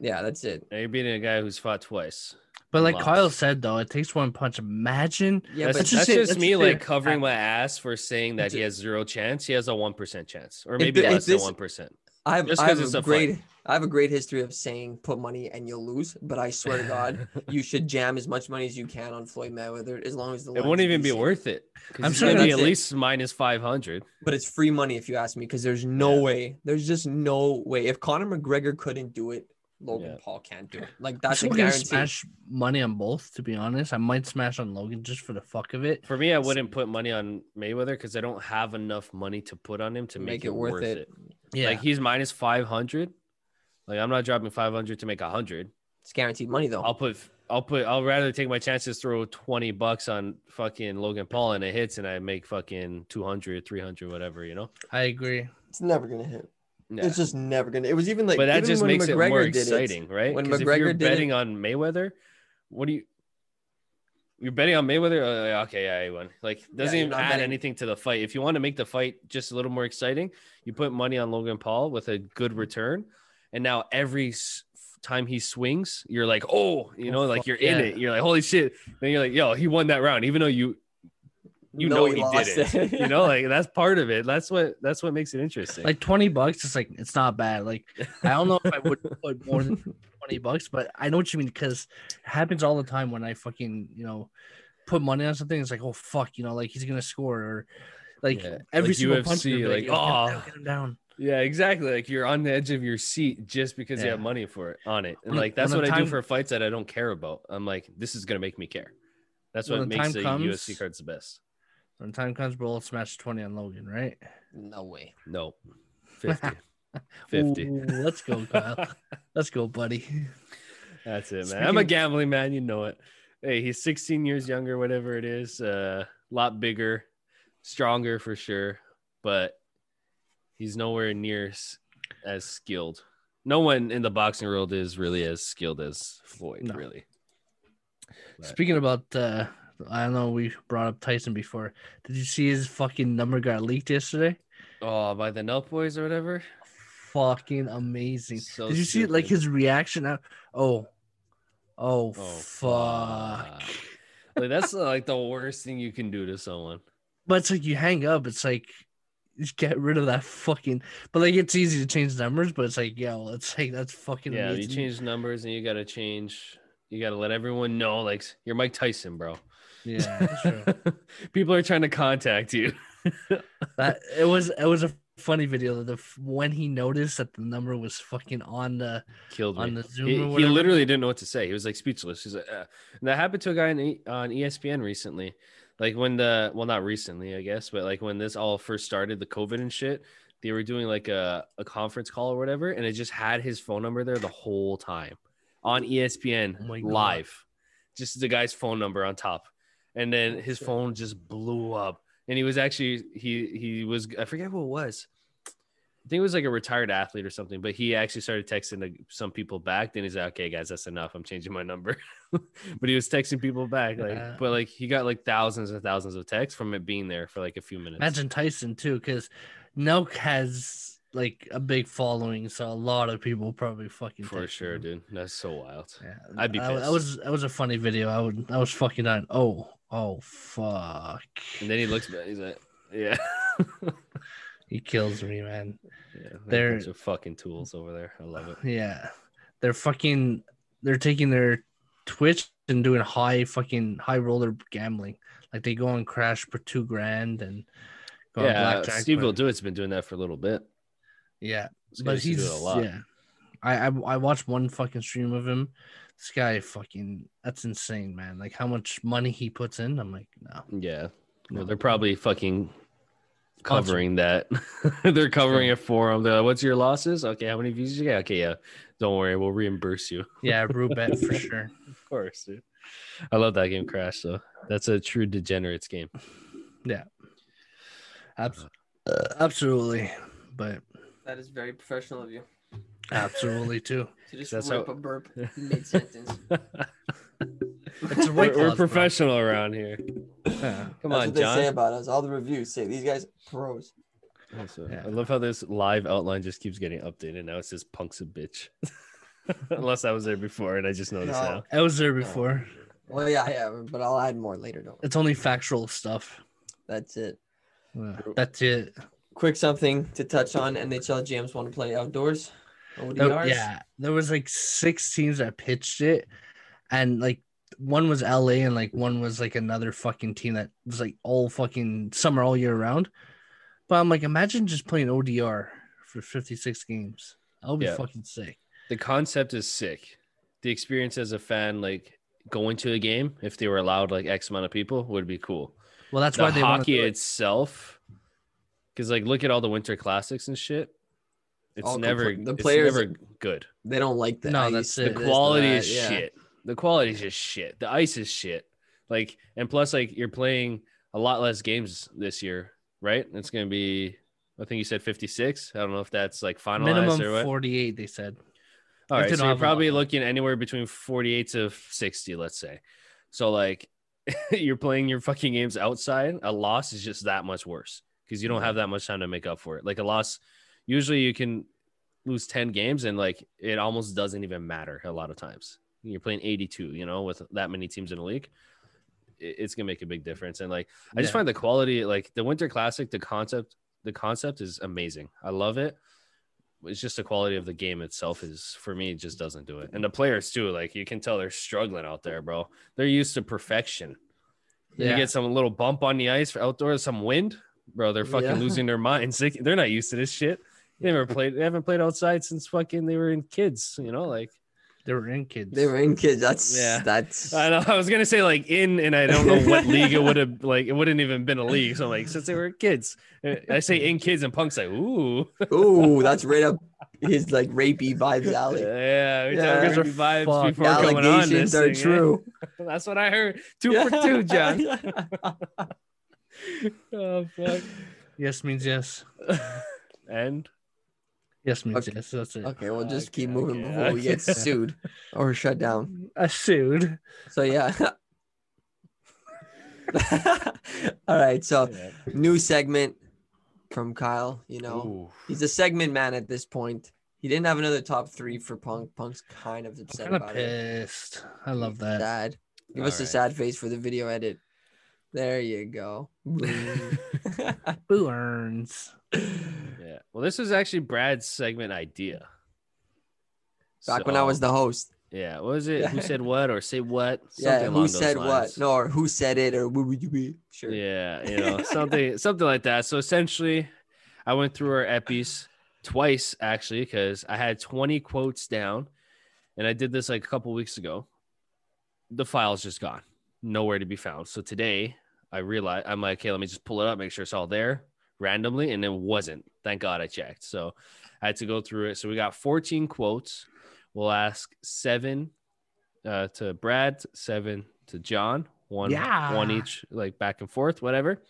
[SPEAKER 1] Yeah, that's it.
[SPEAKER 3] Now you're beating a guy who's fought twice.
[SPEAKER 2] But like
[SPEAKER 3] Lots.
[SPEAKER 2] Kyle said though, it takes one punch. Imagine
[SPEAKER 1] Yeah, but
[SPEAKER 3] that's that's
[SPEAKER 2] That's
[SPEAKER 3] just,
[SPEAKER 2] just it, that's
[SPEAKER 3] me
[SPEAKER 2] just
[SPEAKER 3] like
[SPEAKER 2] it.
[SPEAKER 3] covering my ass for saying that
[SPEAKER 1] That's
[SPEAKER 3] he
[SPEAKER 1] it.
[SPEAKER 3] has zero chance. He has a one percent chance, or
[SPEAKER 1] If
[SPEAKER 3] maybe
[SPEAKER 1] the- if
[SPEAKER 3] less than
[SPEAKER 1] this-
[SPEAKER 3] one percent.
[SPEAKER 1] I have,
[SPEAKER 3] Just
[SPEAKER 1] I
[SPEAKER 3] 'cause
[SPEAKER 1] have
[SPEAKER 3] it's
[SPEAKER 1] a
[SPEAKER 3] a fight.
[SPEAKER 1] great I have a great history of saying put money and you'll lose, but I swear to God, you should jam as much money as you can on Floyd Mayweather as long as the
[SPEAKER 3] It
[SPEAKER 1] line's
[SPEAKER 3] won't even be
[SPEAKER 1] decent.
[SPEAKER 3] worth it. 'cause
[SPEAKER 2] I'm
[SPEAKER 3] it's
[SPEAKER 2] sure
[SPEAKER 3] gonna be at
[SPEAKER 1] that's it.
[SPEAKER 3] least minus five hundred.
[SPEAKER 1] But it's free money if you ask me, because there's no
[SPEAKER 3] Yeah.
[SPEAKER 1] way. There's just no way. If Conor McGregor couldn't do it, Logan
[SPEAKER 3] Yeah.
[SPEAKER 1] Paul can't do it. Like
[SPEAKER 2] I'm
[SPEAKER 1] that's a
[SPEAKER 2] still gonna
[SPEAKER 1] guarantee.
[SPEAKER 2] smash money on both. To be honest, I might smash on Logan just for the fuck of it.
[SPEAKER 3] For me, I wouldn't put money on Mayweather because I don't have enough money to put on him to make, it, worth it.
[SPEAKER 2] Yeah,
[SPEAKER 3] Like he's minus five hundred. Like I'm not dropping five hundred to make a hundred.
[SPEAKER 1] It's guaranteed money though.
[SPEAKER 3] I'll put I'll put I'll rather take my chances throw twenty bucks on fucking Logan Paul and it hits and I make fucking 200, 300, whatever, you know?
[SPEAKER 2] I agree.
[SPEAKER 1] it's never gonna hit.
[SPEAKER 3] Yeah.
[SPEAKER 1] It's just never gonna. It was even like.
[SPEAKER 3] but that
[SPEAKER 1] even
[SPEAKER 3] just
[SPEAKER 1] when
[SPEAKER 3] makes
[SPEAKER 1] McGregor
[SPEAKER 3] it more
[SPEAKER 1] did
[SPEAKER 3] exciting, right?
[SPEAKER 1] when
[SPEAKER 3] 'Cause if
[SPEAKER 1] McGregor
[SPEAKER 3] you're
[SPEAKER 1] did it-
[SPEAKER 3] betting on Mayweather, what do you? You're betting on Mayweather. uh, like, okay, yeah, he won. Like, doesn't
[SPEAKER 1] you're
[SPEAKER 3] even
[SPEAKER 1] not
[SPEAKER 3] add
[SPEAKER 1] betting-
[SPEAKER 3] anything to the fight. If you want to make the fight just a little more exciting, you put money on Logan Paul with a good return, and now every s- time he swings, you're like, oh, you
[SPEAKER 2] Oh,
[SPEAKER 3] know, like
[SPEAKER 2] fuck
[SPEAKER 3] you're
[SPEAKER 2] yeah.
[SPEAKER 3] in it. You're like, holy shit. Then you're like, yo, he won that round, even though you you know he, did it. you know, like that's part of it. That's what that's what makes it interesting.
[SPEAKER 2] Like twenty bucks, it's like it's not bad. Like I don't know if I would put more than twenty bucks, but I know what you mean because it happens all the time when I fucking you know put money on something. It's like oh fuck, you know, like he's gonna score or like
[SPEAKER 3] Yeah.
[SPEAKER 2] every
[SPEAKER 3] Like
[SPEAKER 2] single
[SPEAKER 3] UFC,
[SPEAKER 2] punch. you're
[SPEAKER 3] like,
[SPEAKER 2] "Yo, get him
[SPEAKER 3] "Oh."
[SPEAKER 2] down, get him down.
[SPEAKER 3] yeah, exactly. Like you're on the edge of your seat just because you
[SPEAKER 2] Yeah.
[SPEAKER 3] have money for it on it. And
[SPEAKER 2] When the-
[SPEAKER 3] like that's
[SPEAKER 2] when
[SPEAKER 3] what
[SPEAKER 2] the
[SPEAKER 3] I do
[SPEAKER 2] time-
[SPEAKER 3] for fights that I don't care about. I'm like, this is gonna make me care. That's what
[SPEAKER 2] When the time
[SPEAKER 3] makes the
[SPEAKER 2] comes-
[SPEAKER 3] UFC cards the best.
[SPEAKER 2] When time comes, bro, let's smash twenty on Logan, right?
[SPEAKER 1] No way.
[SPEAKER 3] No. 50. 50.
[SPEAKER 2] Ooh, let's go, Kyle. let's go, buddy.
[SPEAKER 3] That's it, man.
[SPEAKER 2] Speaking
[SPEAKER 3] I'm a
[SPEAKER 2] of-
[SPEAKER 3] gambling man, you know it. Hey, he's 16 years younger, whatever it is. A lot bigger, stronger for sure, but he's nowhere near s- as skilled. No one in the boxing world is really as skilled as Floyd,
[SPEAKER 2] No.
[SPEAKER 3] really. Right.
[SPEAKER 2] Speaking about, uh, I know we brought up Tyson before. Did you see his fucking number got leaked yesterday?
[SPEAKER 3] Oh, by the Nut Boys or whatever.
[SPEAKER 2] Fucking amazing.
[SPEAKER 3] So
[SPEAKER 2] Did you see like
[SPEAKER 3] stupid.
[SPEAKER 2] his reaction? Out- Oh, oh, fuck.
[SPEAKER 3] fuck. Like that's uh, like the worst thing you can do to someone.
[SPEAKER 2] But it's like you hang up. It's like just get rid of that fucking. But like it's easy to change numbers. But it's like yeah, well, it's like that's fucking.
[SPEAKER 3] Yeah,
[SPEAKER 2] amazing.
[SPEAKER 3] you change numbers and you gotta change. You gotta let everyone know, like you're Mike Tyson, bro.
[SPEAKER 2] Yeah, that's true.
[SPEAKER 3] People are trying to contact you.
[SPEAKER 2] that it was it was a funny video that the f- when he noticed that the number was fucking on the
[SPEAKER 3] Killed
[SPEAKER 2] on
[SPEAKER 3] me.
[SPEAKER 2] the Zoom
[SPEAKER 3] He,
[SPEAKER 2] or
[SPEAKER 3] he
[SPEAKER 2] whatever.
[SPEAKER 3] literally didn't know what to say. He was like speechless. He's like, uh. and that happened to a guy on, E- on ESPN recently. Like when the well, not recently, I guess, but like when this all first started, the COVID and shit, they were doing like a, a conference call or whatever, and it just had his phone number there the whole time on E ESPN
[SPEAKER 2] Oh my God.
[SPEAKER 3] live. Just the guy's phone number on top. And then his phone just blew up. And he was actually he he was I forget who it was. I think it was like a retired athlete or something, but he actually started texting like, some people back. Then he's like, okay, guys, that's enough. I'm changing my number. but he was texting people back. Like,
[SPEAKER 2] Yeah.
[SPEAKER 3] but like he got like thousands and thousands of texts from it being there for like a few minutes.
[SPEAKER 2] Imagine Tyson too, because Nelk has like a big following, so a lot of people probably fucking
[SPEAKER 3] for
[SPEAKER 2] text
[SPEAKER 3] sure,
[SPEAKER 2] him.
[SPEAKER 3] dude. That's so wild.
[SPEAKER 2] Yeah,
[SPEAKER 3] I'd be
[SPEAKER 2] that, that
[SPEAKER 3] pissed.
[SPEAKER 2] was that was a funny video. I would I was fucking on. Oh oh fuck,
[SPEAKER 3] And then he looks back, he's like, yeah.
[SPEAKER 2] he kills me, man.
[SPEAKER 3] yeah
[SPEAKER 2] They're-
[SPEAKER 3] they're fucking tools over there. I love it.
[SPEAKER 2] Yeah, they're fucking they're taking their Twitch and doing high fucking high roller gambling. Like they go on Crash for two grand and go on
[SPEAKER 3] yeah,
[SPEAKER 2] blackjack
[SPEAKER 3] Steve
[SPEAKER 2] for-
[SPEAKER 3] will do it's been doing that for a little bit.
[SPEAKER 2] Yeah,
[SPEAKER 3] This guy
[SPEAKER 2] but
[SPEAKER 3] used to do
[SPEAKER 2] he's
[SPEAKER 3] it a lot.
[SPEAKER 2] yeah. I, I I watched one fucking stream of him. This guy fucking that's insane, man. Like how much money he puts in. I'm like, no.
[SPEAKER 3] Yeah. Well,
[SPEAKER 2] No.
[SPEAKER 3] they're probably fucking
[SPEAKER 2] Sponsored.
[SPEAKER 3] covering that. they're covering it for them. They're like, what's your losses? Okay, how many views you got? Okay, yeah. Don't worry, we'll reimburse you.
[SPEAKER 2] Yeah, Rubet for sure.
[SPEAKER 3] Of course, dude. I love that game, Crash, though. That's a true degenerates game.
[SPEAKER 2] Abs- uh, absolutely. But
[SPEAKER 1] That is very professional of you
[SPEAKER 2] absolutely too.
[SPEAKER 1] to just
[SPEAKER 3] That's
[SPEAKER 1] rip
[SPEAKER 3] how-
[SPEAKER 1] a burp mid sentence.
[SPEAKER 2] It's a
[SPEAKER 3] We're,
[SPEAKER 2] White
[SPEAKER 3] we're
[SPEAKER 2] Claws, bro.
[SPEAKER 3] professional around here.
[SPEAKER 2] Yeah.
[SPEAKER 3] Come
[SPEAKER 1] That's
[SPEAKER 3] on,
[SPEAKER 1] what they
[SPEAKER 3] John.
[SPEAKER 1] say about us. All the reviews say these guys pros.
[SPEAKER 3] That's what-
[SPEAKER 2] Yeah.
[SPEAKER 3] I love how this live outline just keeps getting updated. Now it says punks a bitch. Unless I was there before and I just noticed
[SPEAKER 1] No.
[SPEAKER 3] now.
[SPEAKER 2] I was there before.
[SPEAKER 1] Well, yeah, yeah, but I'll add more later. Don't. Worry.
[SPEAKER 2] It's only factual stuff.
[SPEAKER 1] That's it.
[SPEAKER 2] Yeah,
[SPEAKER 3] True.
[SPEAKER 2] That's it.
[SPEAKER 1] Quick something to touch on. NHL jams want to play outdoors.
[SPEAKER 3] Oh,
[SPEAKER 2] There-
[SPEAKER 1] ODRs.
[SPEAKER 2] yeah. There was like six teams that pitched it and like one was LA and like one was like another fucking team that was like all fucking summer all year round. But I'm like, imagine just playing ODR for 56 games. That would be
[SPEAKER 3] Yeah.
[SPEAKER 2] fucking sick.
[SPEAKER 3] the concept is sick. The experience as a fan, like going to a game, if they were allowed like X amount of people, would be cool.
[SPEAKER 2] Well, that's
[SPEAKER 3] That's the
[SPEAKER 2] why
[SPEAKER 3] why
[SPEAKER 2] they wanna
[SPEAKER 3] hockey
[SPEAKER 2] do it.
[SPEAKER 3] itself, because like look at all the winter classics and shit. It's
[SPEAKER 1] All
[SPEAKER 3] never
[SPEAKER 1] complete- the
[SPEAKER 3] it's
[SPEAKER 1] players-
[SPEAKER 3] never good.
[SPEAKER 1] They don't like the
[SPEAKER 2] No,
[SPEAKER 1] ice,
[SPEAKER 2] that's
[SPEAKER 1] the
[SPEAKER 2] it.
[SPEAKER 3] The
[SPEAKER 1] this,
[SPEAKER 3] quality
[SPEAKER 1] the
[SPEAKER 3] is
[SPEAKER 1] that, yeah.
[SPEAKER 3] shit. The quality is just shit. The ice is shit. Like and plus like you're playing a lot less games this year, right? It's gonna be. I think you said 56. I don't know if that's like finalized or what.
[SPEAKER 2] minimum 48, they said.
[SPEAKER 3] All
[SPEAKER 2] If
[SPEAKER 3] right,
[SPEAKER 2] they
[SPEAKER 3] so
[SPEAKER 2] don't
[SPEAKER 3] you're
[SPEAKER 2] have a lot.
[SPEAKER 3] probably looking anywhere between 48 to 60, let's say. So like you're playing your fucking games outside, a loss is just that much worse because you don't have that much time to make up for it. Like a loss, usually you can lose 10 games and like it almost doesn't even matter a lot of times. You're playing 82, you know, with that many teams in the league. it- it's gonna make a big difference. And like I just
[SPEAKER 2] Yeah.
[SPEAKER 3] find the quality, like the Winter Classic, the concept, the concept is amazing. I love it. It's just the quality of the game itself is for me it just doesn't do it. And the players too, like you can tell they're struggling out there, bro. They're used to perfection. You
[SPEAKER 2] Yeah.
[SPEAKER 3] get some little bump on the ice for outdoors, some wind, bro. They're fucking
[SPEAKER 1] Yeah.
[SPEAKER 3] losing their minds. They, they're not used to this shit. They never played. They haven't played outside since fucking they were in kids. You know, like
[SPEAKER 2] They were in kids.
[SPEAKER 1] They were in kids. That's
[SPEAKER 3] Yeah.
[SPEAKER 1] that's
[SPEAKER 3] I know. I was gonna say like in, and I don't know what league it would have like. It wouldn't even been a league. So like since they were kids, Uh, I say in kids, and Punk's like ooh,
[SPEAKER 1] ooh, that's right up his like rapey vibes alley.
[SPEAKER 3] yeah. We
[SPEAKER 1] Yeah.
[SPEAKER 3] yeah.
[SPEAKER 1] These
[SPEAKER 2] are
[SPEAKER 3] vibes
[SPEAKER 2] fucked.
[SPEAKER 3] before going on this
[SPEAKER 1] Allegations are
[SPEAKER 3] thing, eh?
[SPEAKER 1] true.
[SPEAKER 3] That's what I heard. Two for two, John. oh fuck.
[SPEAKER 2] Yes means yes.
[SPEAKER 3] and
[SPEAKER 2] Yes means
[SPEAKER 1] Okay.
[SPEAKER 2] yes. That's it.
[SPEAKER 1] okay, we'll just
[SPEAKER 3] Okay,
[SPEAKER 1] keep moving
[SPEAKER 3] okay,
[SPEAKER 1] before we get
[SPEAKER 3] okay.
[SPEAKER 1] sued or shut down.
[SPEAKER 2] I sued.
[SPEAKER 1] So yeah. All right. So new segment from Kyle. You know,
[SPEAKER 3] Ooh.
[SPEAKER 1] he's a segment man at this point. He didn't have another top three for Punk. Punk's kind of upset
[SPEAKER 2] Kind of
[SPEAKER 1] about it.
[SPEAKER 2] pissed. I love that.
[SPEAKER 1] Sad. Give us a
[SPEAKER 3] Alright.
[SPEAKER 1] sad face for the video edit. There you go. Boom.
[SPEAKER 2] Boo earns.
[SPEAKER 3] Yeah. Well, this was actually Brad's segment idea.
[SPEAKER 1] Back when I
[SPEAKER 3] So-
[SPEAKER 1] was the host.
[SPEAKER 3] Yeah, what was it? Who said what or say what?
[SPEAKER 1] Yeah.
[SPEAKER 3] along
[SPEAKER 1] Who
[SPEAKER 3] those
[SPEAKER 1] said what?
[SPEAKER 3] lines.
[SPEAKER 1] No, or who said it or what would you be? Sure.
[SPEAKER 3] Yeah, you know, something something like that. So essentially, I went through our epi's twice actually because I had 20 quotes down and I did this like a couple weeks ago. The file's just gone. Nowhere to be found. So today I realized I'm like, okay, let me just pull it up, make sure it's all there randomly. And it wasn't. Thank God I checked. So I had to go through it. So we got 14 quotes. We'll ask seven uh, to Brad, seven to John, one,
[SPEAKER 2] Yeah.
[SPEAKER 3] one each, like back and forth, whatever.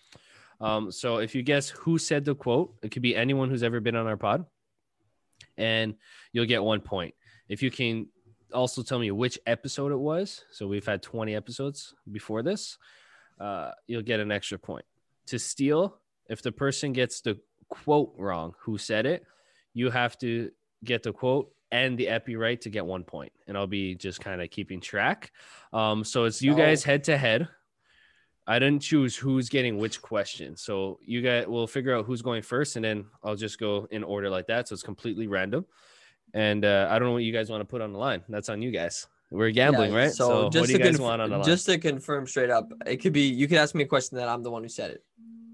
[SPEAKER 3] Um, so if you guess who said the quote, it could be anyone who's ever been on our pod, and you'll get one point. If you can also tell me which episode it was, so we've had 20 episodes before this, uh, you'll get an extra point. To steal, if the person gets the quote wrong, who said it, you have to get the quote and the epi right to get one point, and I'll be just kind of keeping track. Um, so it's you
[SPEAKER 1] Oh.
[SPEAKER 3] guys head to head. I didn't choose who's getting which question. So you guys will figure out who's going first, and then I'll just go in order like that. So it's completely random. And uh, I don't know what you guys want to put on the line. That's on you guys. We're gambling,
[SPEAKER 1] Yeah,
[SPEAKER 3] right? So, what do you
[SPEAKER 1] to
[SPEAKER 3] guys
[SPEAKER 1] conf-
[SPEAKER 3] want on the line?
[SPEAKER 1] Just to confirm straight up, it could be you could ask me a question that I'm the one who said it.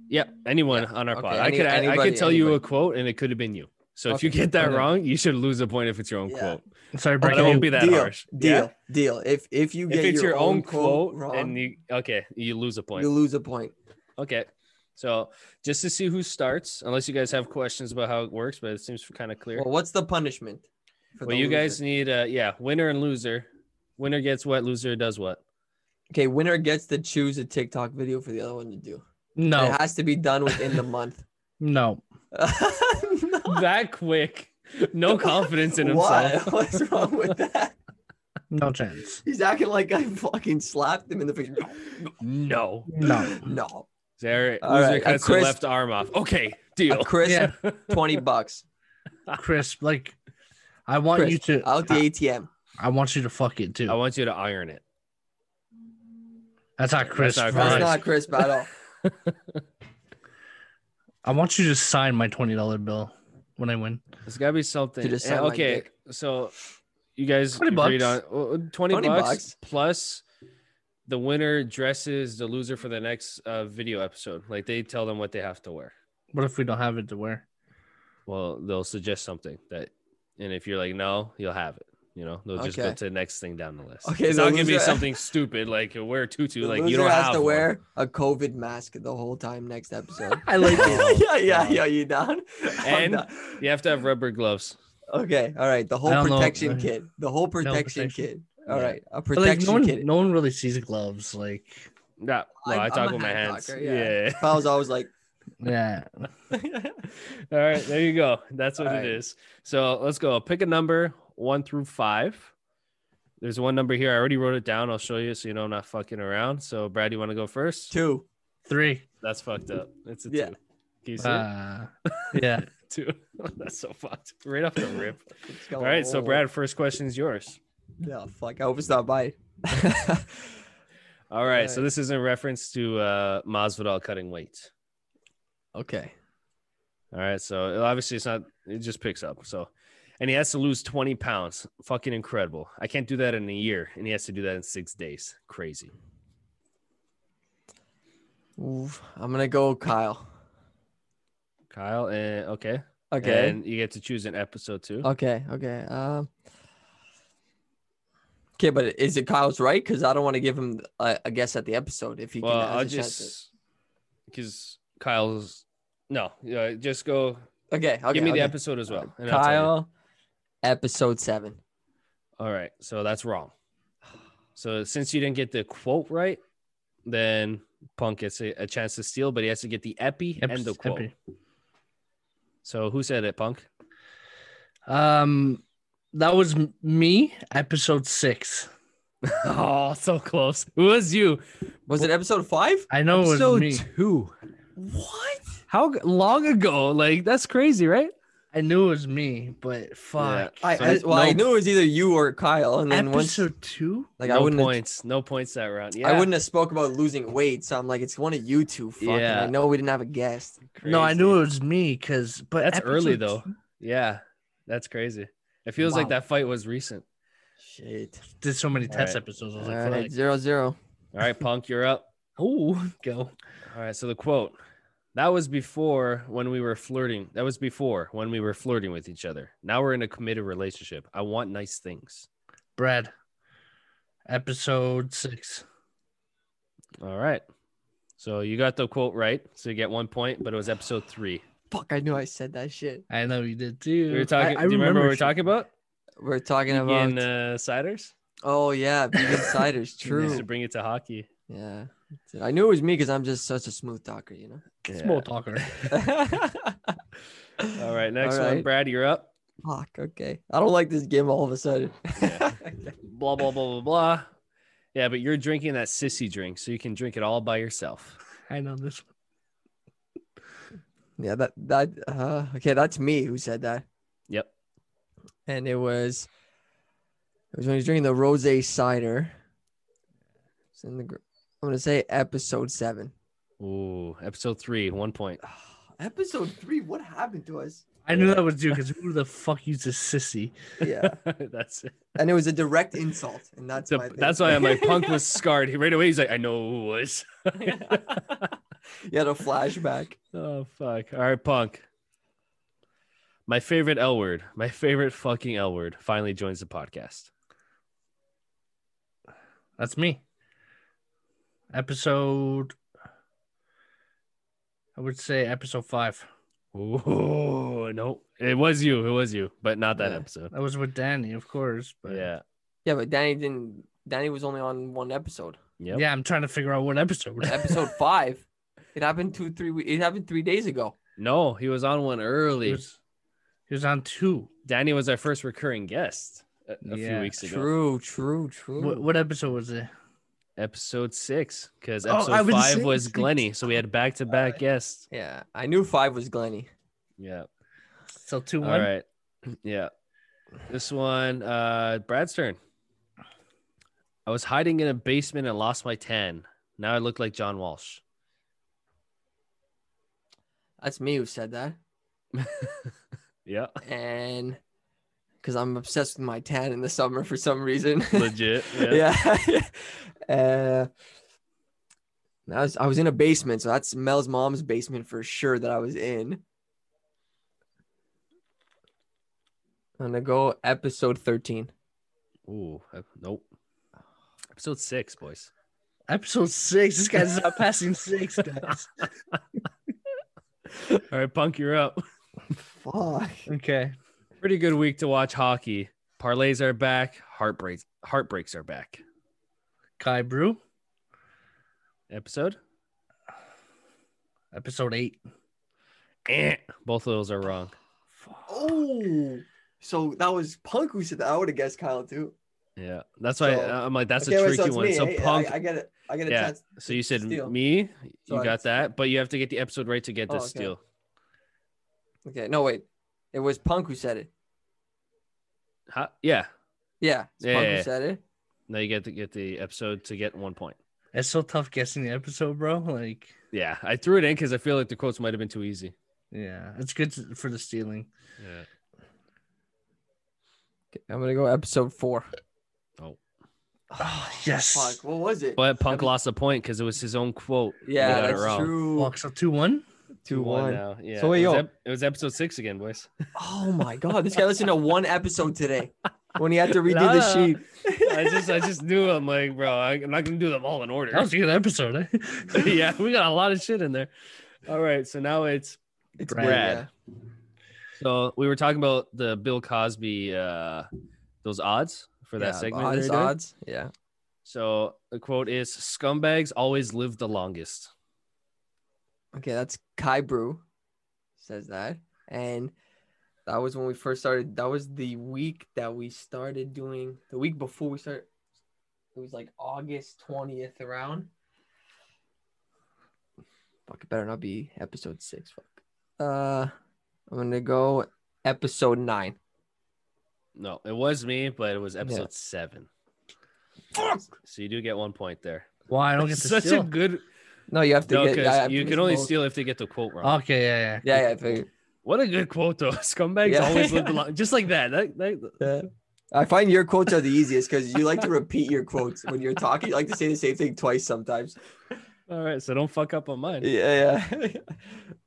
[SPEAKER 3] yeah, anyone on our
[SPEAKER 1] okay,
[SPEAKER 3] pod.
[SPEAKER 1] any-
[SPEAKER 3] I could I- I
[SPEAKER 1] anybody-
[SPEAKER 3] could tell you a
[SPEAKER 1] anybody.
[SPEAKER 3] quote, and it could have been you. So if you
[SPEAKER 1] Okay,
[SPEAKER 3] get that
[SPEAKER 1] okay.
[SPEAKER 3] wrong, you should lose a point if it's your own
[SPEAKER 1] Yeah.
[SPEAKER 3] quote.
[SPEAKER 2] Sorry,
[SPEAKER 3] But it
[SPEAKER 2] Brad.
[SPEAKER 3] won't be Oh, that
[SPEAKER 1] deal,
[SPEAKER 3] harsh.
[SPEAKER 1] Deal,
[SPEAKER 3] Yeah?
[SPEAKER 1] deal. If if you
[SPEAKER 3] If
[SPEAKER 1] get
[SPEAKER 3] it's your, own quote,
[SPEAKER 1] wrong,
[SPEAKER 3] and you okay, you lose a point.
[SPEAKER 1] you lose a point.
[SPEAKER 3] Okay. So just to see who starts, unless you guys have questions about how it works, but it seems kind of clear.
[SPEAKER 1] Well, what's the punishment? for
[SPEAKER 3] Well,
[SPEAKER 1] the
[SPEAKER 3] you guys
[SPEAKER 1] loser?
[SPEAKER 3] need, uh, yeah, winner and loser. Winner gets what, loser does what.
[SPEAKER 1] Okay, winner gets to choose a TikTok video for the other one to do.
[SPEAKER 2] No,
[SPEAKER 1] It has to be done within the month.
[SPEAKER 2] no.
[SPEAKER 1] No.
[SPEAKER 3] that quick. No confidence in
[SPEAKER 1] Why?
[SPEAKER 3] himself.
[SPEAKER 1] What's wrong with that?
[SPEAKER 2] No chance.
[SPEAKER 1] He's acting like I fucking slapped him in the face.
[SPEAKER 3] No.
[SPEAKER 2] No.
[SPEAKER 1] No.
[SPEAKER 3] Sarah,
[SPEAKER 1] All
[SPEAKER 3] loser
[SPEAKER 1] right, a
[SPEAKER 3] cuts her
[SPEAKER 1] crisp-
[SPEAKER 3] left arm off. Okay,
[SPEAKER 1] A
[SPEAKER 3] deal.
[SPEAKER 1] crisp
[SPEAKER 2] Yeah.
[SPEAKER 1] 20 bucks
[SPEAKER 2] Crisp. Like I want
[SPEAKER 1] Crisp.
[SPEAKER 2] you to
[SPEAKER 1] out the ATM.
[SPEAKER 2] I want you to fuck it too.
[SPEAKER 3] I want you to iron it.
[SPEAKER 2] that's not crisp.
[SPEAKER 3] not
[SPEAKER 2] Ryan.
[SPEAKER 1] That's
[SPEAKER 3] Nice.
[SPEAKER 1] not crisp at all.
[SPEAKER 2] I want you to sign my twenty dollar bill when I win.
[SPEAKER 3] There's got to be something.
[SPEAKER 1] To just
[SPEAKER 3] Eh,
[SPEAKER 1] sound like
[SPEAKER 3] okay,
[SPEAKER 1] dick.
[SPEAKER 3] so you guys
[SPEAKER 2] 20
[SPEAKER 3] agreed
[SPEAKER 2] bucks.
[SPEAKER 3] on well, 20,
[SPEAKER 1] 20
[SPEAKER 3] bucks,
[SPEAKER 1] bucks.
[SPEAKER 3] plus the winner dresses the loser for the next uh, video episode. Like they tell them what they have to wear.
[SPEAKER 2] What if we don't have it to wear?
[SPEAKER 3] Well, they'll suggest something that, and if you're like no, you'll have it. You know, they'll just go
[SPEAKER 1] Okay.
[SPEAKER 3] to the next thing down the list.
[SPEAKER 1] Okay,
[SPEAKER 3] it's
[SPEAKER 1] the
[SPEAKER 3] not gonna be
[SPEAKER 1] loser-
[SPEAKER 3] something stupid like wear a tutu.
[SPEAKER 1] The
[SPEAKER 3] Like
[SPEAKER 1] loser
[SPEAKER 3] you don't
[SPEAKER 1] has
[SPEAKER 3] have
[SPEAKER 1] to
[SPEAKER 3] one.
[SPEAKER 1] wear a COVID mask the whole time next episode.
[SPEAKER 2] I like
[SPEAKER 3] it.
[SPEAKER 1] yeah, yeah,
[SPEAKER 3] Wow.
[SPEAKER 1] yeah. You down? I'm
[SPEAKER 3] And-
[SPEAKER 1] down.
[SPEAKER 3] You have to have rubber gloves.
[SPEAKER 1] okay, all right. The
[SPEAKER 2] I
[SPEAKER 1] whole
[SPEAKER 2] don't know.
[SPEAKER 1] protection kit. The whole protection,
[SPEAKER 2] protection.
[SPEAKER 1] kit. All
[SPEAKER 3] Yeah.
[SPEAKER 1] right, a
[SPEAKER 2] But, like
[SPEAKER 1] protection
[SPEAKER 2] no one,
[SPEAKER 1] kit.
[SPEAKER 2] no one really sees gloves. Like
[SPEAKER 3] Nah, well,
[SPEAKER 1] I'm-
[SPEAKER 3] I talk
[SPEAKER 1] I'm a
[SPEAKER 3] with my
[SPEAKER 1] hand
[SPEAKER 3] hands.
[SPEAKER 1] talker, yeah.
[SPEAKER 3] yeah.
[SPEAKER 1] I was always like,
[SPEAKER 2] yeah.
[SPEAKER 3] All right, there you go. That's what
[SPEAKER 1] All
[SPEAKER 3] it
[SPEAKER 1] right.
[SPEAKER 3] is. So let's go. Pick a number one through five. There's one number here. I already wrote it down. I'll show you so you know I'm not fucking around. So Brad, you want to go first?
[SPEAKER 1] two.
[SPEAKER 2] Three.
[SPEAKER 3] That's fucked up. It's a
[SPEAKER 1] Yeah.
[SPEAKER 3] two. Can you see it?
[SPEAKER 2] Uh, yeah.
[SPEAKER 3] two? That's so fucked. Right off the rip.
[SPEAKER 1] Let's go.
[SPEAKER 3] All right, so Brad, first question is yours.
[SPEAKER 1] Yeah, fuck. I hope it's not mine.
[SPEAKER 3] All right, so
[SPEAKER 1] Right.
[SPEAKER 3] this is in reference to uh, Masvidal cutting weight.
[SPEAKER 1] Okay.
[SPEAKER 3] All right, so obviously it's not. It just picks up. So, and he has to lose twenty pounds. Fucking incredible. I can't do that in a year, and he has to do that in six days. Crazy.
[SPEAKER 1] Oof, I'm gonna go Kyle.
[SPEAKER 3] Kyle, and okay,
[SPEAKER 1] Okay.
[SPEAKER 3] and you get to choose an episode too.
[SPEAKER 1] Okay. Okay. Um. Okay, but is it Kyle's right? Because I don't want to give him a, a guess at the episode if he
[SPEAKER 3] well,
[SPEAKER 1] can. has
[SPEAKER 3] I'll
[SPEAKER 1] a chance to-
[SPEAKER 3] just because Kyle's no. Uh, just go.
[SPEAKER 1] Okay. Okay.
[SPEAKER 3] give me the
[SPEAKER 1] okay.
[SPEAKER 3] episode as well. and I'll tell you.
[SPEAKER 1] Kyle, episode seven.
[SPEAKER 3] All right, so that's wrong. So since you didn't get the quote right, then Punk gets a, a chance to steal, but he has to get the epi and the quote.
[SPEAKER 2] Epi-
[SPEAKER 3] So who said it, Punk?
[SPEAKER 2] Um, that was m- me, episode six.
[SPEAKER 3] oh, so close. Who was you?
[SPEAKER 1] Was it episode five?
[SPEAKER 2] I know it was
[SPEAKER 3] Episode
[SPEAKER 2] me.
[SPEAKER 3] two.
[SPEAKER 1] What?
[SPEAKER 3] How g- long ago? Like that's crazy, right?
[SPEAKER 2] I knew it was me, but fuck.
[SPEAKER 3] Yeah.
[SPEAKER 1] I,
[SPEAKER 3] So
[SPEAKER 1] I
[SPEAKER 3] it's
[SPEAKER 1] well, I
[SPEAKER 3] no-
[SPEAKER 1] knew it was either you or Kyle, and then once
[SPEAKER 2] episode two.
[SPEAKER 1] like I
[SPEAKER 3] no
[SPEAKER 1] wouldn't, have,
[SPEAKER 3] points. No points that round. Yeah,
[SPEAKER 1] I wouldn't have spoke about losing weight, so I'm like, it's one of you two. Fuck, and
[SPEAKER 3] Yeah.
[SPEAKER 1] I know we didn't have a guest.
[SPEAKER 2] No, I knew
[SPEAKER 3] Crazy.
[SPEAKER 2] it was me because, but
[SPEAKER 3] That's early,
[SPEAKER 2] episode
[SPEAKER 3] though.
[SPEAKER 2] two-
[SPEAKER 3] Yeah, that's crazy. It feels like
[SPEAKER 2] Wow.
[SPEAKER 3] that fight was recent.
[SPEAKER 1] Shit.
[SPEAKER 2] Did so many
[SPEAKER 3] All
[SPEAKER 2] test
[SPEAKER 3] right.
[SPEAKER 2] episodes. I
[SPEAKER 1] All
[SPEAKER 2] was like,
[SPEAKER 1] right, zero zero.
[SPEAKER 3] All right, Punk, you're up.
[SPEAKER 2] oh, go.
[SPEAKER 3] All right, so the quote. That was before when we were flirting. That was before when we were flirting with each other. Now we're in a committed relationship. I want nice things.
[SPEAKER 2] Brad, episode six.
[SPEAKER 3] All right. So you got the quote right. So you get one point, but it was episode three.
[SPEAKER 1] Fuck, I knew I said that shit.
[SPEAKER 2] I know you did too.
[SPEAKER 3] We were talking.
[SPEAKER 2] I, I
[SPEAKER 3] do you remember what we were
[SPEAKER 2] shit.
[SPEAKER 3] talking about?
[SPEAKER 1] We're talking about.
[SPEAKER 3] Vegan uh, ciders.
[SPEAKER 1] oh yeah, big insiders.
[SPEAKER 3] Just to
[SPEAKER 1] True.
[SPEAKER 3] bring it to hockey.
[SPEAKER 1] Yeah. I knew it was me because I'm just such a smooth talker, you know.
[SPEAKER 2] Small talker.
[SPEAKER 3] All right, next
[SPEAKER 1] All
[SPEAKER 3] one,
[SPEAKER 1] right.
[SPEAKER 3] Brad. You're up.
[SPEAKER 1] Fuck. Okay. I don't like this game. All of a sudden.
[SPEAKER 3] Yeah. Blah blah blah blah blah. Yeah, but you're drinking that sissy drink, so you can drink it all by yourself.
[SPEAKER 2] I know this one.
[SPEAKER 1] yeah. That. That. Uh, okay. That's me who said that.
[SPEAKER 3] Yep.
[SPEAKER 1] and it was it was when he was drinking the rose cider. It's in the gr- I'm gonna say episode seven.
[SPEAKER 3] Ooh, episode three, one point.
[SPEAKER 1] episode three. What happened to us?
[SPEAKER 2] I knew that was you because who the fuck uses sissy?
[SPEAKER 1] Yeah,
[SPEAKER 3] that's it.
[SPEAKER 1] and it was a direct insult, and that's
[SPEAKER 3] So
[SPEAKER 1] my thing.
[SPEAKER 3] that's why I'm like punk was scarred. He right away he's like, I know who it was.
[SPEAKER 1] you had a flashback.
[SPEAKER 3] oh fuck. All right, punk. My favorite L word, my favorite fucking L word, finally joins the podcast.
[SPEAKER 2] That's me. Episode. I would say episode five.
[SPEAKER 3] Ooh, no, it was you, it was you, but not that
[SPEAKER 1] Yeah.
[SPEAKER 3] episode.
[SPEAKER 2] That was with Danny, of course. But
[SPEAKER 3] Yeah,
[SPEAKER 1] Yeah, but Danny didn't. Danny was only on one episode.
[SPEAKER 3] yep.
[SPEAKER 2] yeah, I'm trying to figure out what episode.
[SPEAKER 1] Episode five. It happened two, three. we- It happened three days ago.
[SPEAKER 3] No, he was on one early.
[SPEAKER 2] he, was, he was on two.
[SPEAKER 3] Danny was our first recurring guest a, a few
[SPEAKER 2] Yeah,
[SPEAKER 3] weeks ago.
[SPEAKER 1] True, true, true.
[SPEAKER 2] What, what episode was it?
[SPEAKER 3] Episode six, because
[SPEAKER 2] Oh,
[SPEAKER 3] episode
[SPEAKER 2] I
[SPEAKER 3] five
[SPEAKER 2] was saying
[SPEAKER 3] was
[SPEAKER 2] six.
[SPEAKER 3] Glenny, so we had back to back guests.
[SPEAKER 1] yeah, I knew five was Glenny.
[SPEAKER 3] Yeah.
[SPEAKER 2] Still two
[SPEAKER 3] All
[SPEAKER 2] one.
[SPEAKER 3] right. Yeah. This one, uh, Brad's turn. I was hiding in a basement and lost my tan. Now I look like John Walsh.
[SPEAKER 1] That's me who said that.
[SPEAKER 3] Yeah.
[SPEAKER 1] and because I'm obsessed with my tan in the summer for some reason.
[SPEAKER 3] Legit. Yeah.
[SPEAKER 1] yeah. uh, I was I was in a basement, so that's Mel's mom's basement for sure that I was in. I'm gonna go episode 13.
[SPEAKER 3] Ooh. uh, Nope. Episode six, boys.
[SPEAKER 2] Episode six. This guy's not passing six, guys.
[SPEAKER 3] All right, Punk, you're up.
[SPEAKER 1] Fuck.
[SPEAKER 2] Okay.
[SPEAKER 3] Pretty good week to watch hockey. Parlays are back. Heartbreaks. Heartbreaks are back.
[SPEAKER 2] Kai Brew,
[SPEAKER 3] Episode.
[SPEAKER 2] episode eight.
[SPEAKER 3] Eh. Both of those are wrong.
[SPEAKER 1] Oh, so that was Punk who said that. I would have guessed Kyle too.
[SPEAKER 3] Yeah. That's why
[SPEAKER 1] So-
[SPEAKER 3] I, am like, that's
[SPEAKER 1] Okay,
[SPEAKER 3] a
[SPEAKER 1] wait,
[SPEAKER 3] tricky
[SPEAKER 1] it's
[SPEAKER 3] one.
[SPEAKER 1] me.
[SPEAKER 3] So
[SPEAKER 1] Hey,
[SPEAKER 3] Punk.
[SPEAKER 1] I, I get it. I get a
[SPEAKER 3] Yeah.
[SPEAKER 1] chance.
[SPEAKER 3] So you said
[SPEAKER 1] Steal.
[SPEAKER 3] me, you
[SPEAKER 1] So I-
[SPEAKER 3] got that, but you have to get the episode right to get
[SPEAKER 1] Oh,
[SPEAKER 3] this
[SPEAKER 1] okay.
[SPEAKER 3] steal.
[SPEAKER 1] Okay, no wait, it was Punk who said it.
[SPEAKER 3] Huh? Yeah.
[SPEAKER 1] Yeah, it's
[SPEAKER 3] Yeah,
[SPEAKER 1] Punk
[SPEAKER 3] yeah,
[SPEAKER 1] who
[SPEAKER 3] yeah.
[SPEAKER 1] said it.
[SPEAKER 3] Now you get to get the episode to get one point.
[SPEAKER 2] It's so tough guessing the episode, bro. Like,
[SPEAKER 3] Yeah, I threw it in because I feel like the quotes might have been too easy.
[SPEAKER 2] yeah, it's good to- for the stealing.
[SPEAKER 3] Yeah.
[SPEAKER 1] I'm gonna go episode four.
[SPEAKER 2] Oh, yes.
[SPEAKER 1] Fuck, what was it?
[SPEAKER 3] But Punk lost a point because it was his own quote. He
[SPEAKER 1] yeah,
[SPEAKER 3] got it
[SPEAKER 1] that's
[SPEAKER 3] wrong.
[SPEAKER 1] true.
[SPEAKER 2] Fuck, so 2 1?
[SPEAKER 1] Two
[SPEAKER 3] One
[SPEAKER 1] one.
[SPEAKER 3] now. Yeah.
[SPEAKER 1] So wait,
[SPEAKER 3] it, was
[SPEAKER 1] yo.
[SPEAKER 3] ep- it was episode six again, boys.
[SPEAKER 1] Oh my god, this guy listened to one episode today when he had to redo
[SPEAKER 3] Nah,
[SPEAKER 1] the sheet.
[SPEAKER 3] I just I just knew I'm like, bro, I, I'm not gonna do them all in order.
[SPEAKER 2] That was a good episode. Eh?
[SPEAKER 3] yeah, we got a lot of shit in there. All right, so now it's
[SPEAKER 1] It's
[SPEAKER 2] Brad.
[SPEAKER 1] weird, yeah.
[SPEAKER 3] so we were talking about the Bill Cosby uh those odds for that
[SPEAKER 1] Yeah,
[SPEAKER 3] segment.
[SPEAKER 1] odds,
[SPEAKER 3] they were doing.
[SPEAKER 1] odds. Yeah.
[SPEAKER 3] So the quote is scumbags always live the longest.
[SPEAKER 1] Okay, that's Kai Brew says that. And that was when we first started. That was the week that we started doing the week before we started. It was like August 20th around. Fuck, it better not be episode six. Fuck. Uh, I'm gonna go episode nine.
[SPEAKER 3] No, it was me, but it was
[SPEAKER 1] Yeah.
[SPEAKER 3] episode seven.
[SPEAKER 1] Fuck!
[SPEAKER 3] So you do get one point there.
[SPEAKER 2] Why? I don't get to
[SPEAKER 3] Such
[SPEAKER 2] steal.
[SPEAKER 3] a good
[SPEAKER 1] No, you have to
[SPEAKER 3] no,
[SPEAKER 1] get. Um, I- I
[SPEAKER 3] because you
[SPEAKER 1] have
[SPEAKER 3] can
[SPEAKER 1] to
[SPEAKER 3] only
[SPEAKER 1] vote.
[SPEAKER 3] steal if they get the quote wrong.
[SPEAKER 2] Okay, yeah, yeah.
[SPEAKER 1] Yeah, yeah. I figured.
[SPEAKER 3] What a good quote though. Scumbags
[SPEAKER 1] Yeah.
[SPEAKER 3] always live the long just like that. That- that-
[SPEAKER 1] Yeah. I find your quotes are the easiest because you like to repeat your quotes when you're talking. You like to say the same thing twice sometimes.
[SPEAKER 3] all right, so don't fuck up on mine.
[SPEAKER 1] Yeah, yeah.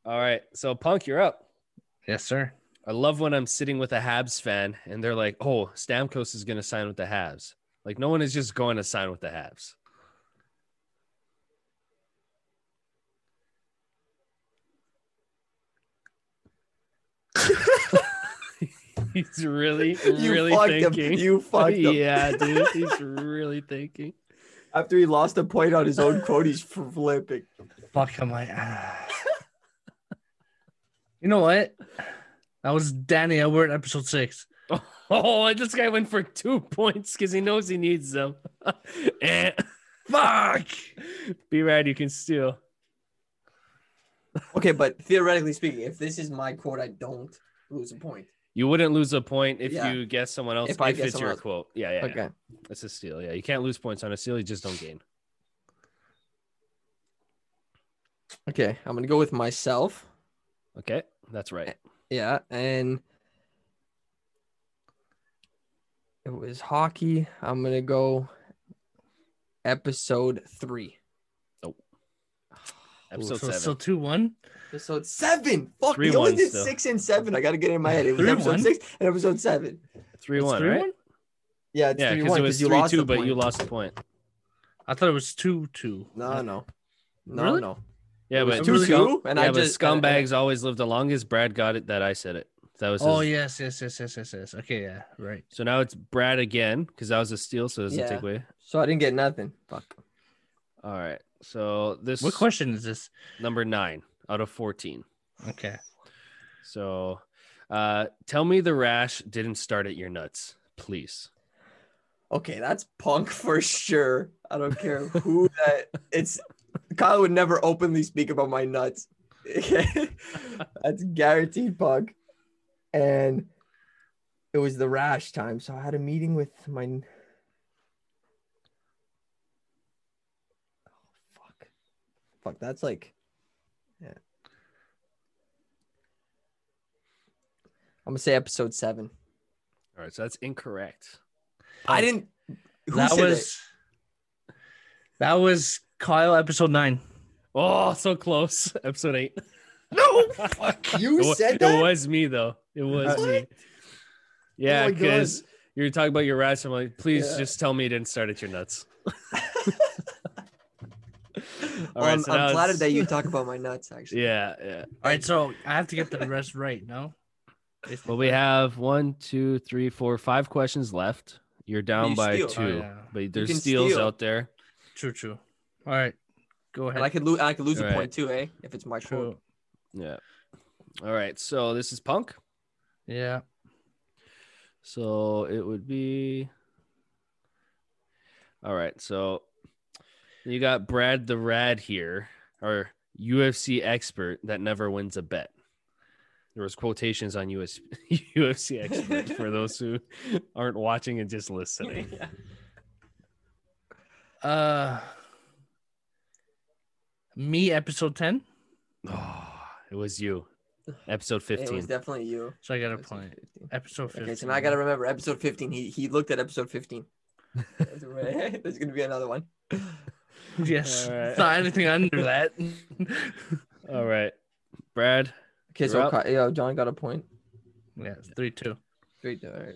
[SPEAKER 3] All right. So Punk, you're up.
[SPEAKER 2] Yes, sir.
[SPEAKER 3] I love when I'm sitting with a Habs fan and they're like, "Oh, Stamkos is going to sign with the Habs." Like no one is just going to sign with the Habs. he's really, really
[SPEAKER 1] you fucked
[SPEAKER 3] thinking.
[SPEAKER 1] him. You fucked him.
[SPEAKER 3] yeah, dude, he's really thinking.
[SPEAKER 1] After he lost a point on his own quote, he's flipping.
[SPEAKER 2] Fuck, am I? ah. you know what? That was Danny Elbert, episode six.
[SPEAKER 3] Oh, and this guy went for two points because he knows he needs them. Eh, fuck. Be rad, you can steal.
[SPEAKER 1] Okay, but theoretically speaking, if this is my quote, I don't lose a point.
[SPEAKER 3] You wouldn't lose a point if
[SPEAKER 1] Yeah.
[SPEAKER 3] you guess someone else. If,
[SPEAKER 1] If I guess
[SPEAKER 3] it's
[SPEAKER 1] someone
[SPEAKER 3] your
[SPEAKER 1] else.
[SPEAKER 3] quote, yeah, yeah, yeah.
[SPEAKER 1] Okay.
[SPEAKER 3] That's a steal. Yeah, you can't lose points on a steal. You just don't gain.
[SPEAKER 1] Okay, I'm gonna go with myself.
[SPEAKER 3] Okay, that's
[SPEAKER 1] Eh.
[SPEAKER 3] right.
[SPEAKER 1] Yeah, and it was hockey. I'm gonna go episode three.
[SPEAKER 3] Episode
[SPEAKER 2] so,
[SPEAKER 3] seven.
[SPEAKER 2] So two one.
[SPEAKER 1] Episode seven. Fuck, we
[SPEAKER 3] Three-one
[SPEAKER 1] only did
[SPEAKER 3] still.
[SPEAKER 1] six and seven. I gotta get it in my head. It was episode
[SPEAKER 2] Three-one?
[SPEAKER 1] six and episode seven.
[SPEAKER 3] three one, right?
[SPEAKER 1] Yeah, it's
[SPEAKER 3] Yeah,
[SPEAKER 1] three
[SPEAKER 3] because
[SPEAKER 1] one
[SPEAKER 3] it was
[SPEAKER 1] you
[SPEAKER 3] three
[SPEAKER 1] lost
[SPEAKER 3] two,
[SPEAKER 1] the
[SPEAKER 3] but
[SPEAKER 1] point.
[SPEAKER 3] you lost a point.
[SPEAKER 2] I thought it was two two.
[SPEAKER 1] No, no, no,
[SPEAKER 2] Really?
[SPEAKER 1] no.
[SPEAKER 3] Yeah,
[SPEAKER 1] It was
[SPEAKER 3] but
[SPEAKER 1] two
[SPEAKER 3] scum-
[SPEAKER 1] two, and
[SPEAKER 3] yeah,
[SPEAKER 1] I
[SPEAKER 3] but
[SPEAKER 1] just uh, and-
[SPEAKER 3] scumbags always live the longest. Brad got it that I said it. That was.
[SPEAKER 2] Oh
[SPEAKER 3] his-
[SPEAKER 2] yes, yes, yes, yes, yes, yes. Okay, yeah, right.
[SPEAKER 3] So now it's Brad again because that was a steal, so it doesn't
[SPEAKER 1] Yeah.
[SPEAKER 3] take away.
[SPEAKER 1] So I didn't get nothing. Fuck.
[SPEAKER 3] All right. So this
[SPEAKER 2] What question is this?
[SPEAKER 3] number nine out of 14.
[SPEAKER 2] Okay.
[SPEAKER 3] So uh, tell me the rash didn't start at your nuts, please.
[SPEAKER 1] Okay, that's punk for sure. I don't care who that it's Kyle would never openly speak about my nuts. that's guaranteed punk. And it was the rash time, so I had a meeting with my oh, oh, fuck. Fuck, that's like yeah. I'm gonna say episode seven.
[SPEAKER 3] All right. So that's incorrect.
[SPEAKER 1] I didn't who
[SPEAKER 2] that
[SPEAKER 1] said it?
[SPEAKER 2] was that was Kyle episode nine.
[SPEAKER 3] Oh, so close. Episode eight.
[SPEAKER 1] No,
[SPEAKER 3] Fuck.
[SPEAKER 1] You
[SPEAKER 3] it, wa-
[SPEAKER 1] said that?
[SPEAKER 3] It was me, though. It was me.
[SPEAKER 1] Oh
[SPEAKER 3] Yeah,
[SPEAKER 1] my God.
[SPEAKER 3] because you're talking about your rash. I'm like, please
[SPEAKER 1] Yeah.
[SPEAKER 3] just tell me it didn't start at your nuts. All
[SPEAKER 1] Well,
[SPEAKER 3] right,
[SPEAKER 1] I'm,
[SPEAKER 3] so now
[SPEAKER 1] I'm flattered
[SPEAKER 3] it's-
[SPEAKER 1] that you talk about my nuts, actually.
[SPEAKER 3] Yeah, yeah.
[SPEAKER 2] All right, so I have to get the rest right. No.
[SPEAKER 3] Well, we have one, two, three, four, five questions left. You're down
[SPEAKER 1] you
[SPEAKER 3] by
[SPEAKER 1] steal.
[SPEAKER 3] two,
[SPEAKER 2] Oh, yeah.
[SPEAKER 3] but there's
[SPEAKER 1] can
[SPEAKER 3] steals
[SPEAKER 1] steal.
[SPEAKER 3] out there.
[SPEAKER 2] True, true. All right, go ahead.
[SPEAKER 1] And I could lose. I could lose
[SPEAKER 3] Right.
[SPEAKER 1] a point too, eh? If it's my
[SPEAKER 2] true.
[SPEAKER 1] quote.
[SPEAKER 3] Yeah. All right. So this is Punk.
[SPEAKER 2] Yeah.
[SPEAKER 3] So it would be. All right. So you got Brad the Rad here, our UFC expert that never wins a bet. There was quotations on US, UFC expert for those who aren't watching and just listening.
[SPEAKER 2] Uh, Me, episode 10.
[SPEAKER 3] Oh, it was you. Episode
[SPEAKER 1] It was
[SPEAKER 3] 15.
[SPEAKER 1] definitely you.
[SPEAKER 2] So I got to
[SPEAKER 1] Episode
[SPEAKER 2] play it.
[SPEAKER 1] 15.
[SPEAKER 2] Episode 15.
[SPEAKER 1] Okay, so now I gotta remember episode 15. He he looked at episode 15. There's gonna be another one.
[SPEAKER 2] Yes.
[SPEAKER 3] All right.
[SPEAKER 2] It's not anything under that.
[SPEAKER 3] All right. Brad,
[SPEAKER 1] Okay, so
[SPEAKER 3] You're up.
[SPEAKER 1] Ka- yeah, John got a point.
[SPEAKER 2] yeah, it's 3 2.
[SPEAKER 1] Great. All right.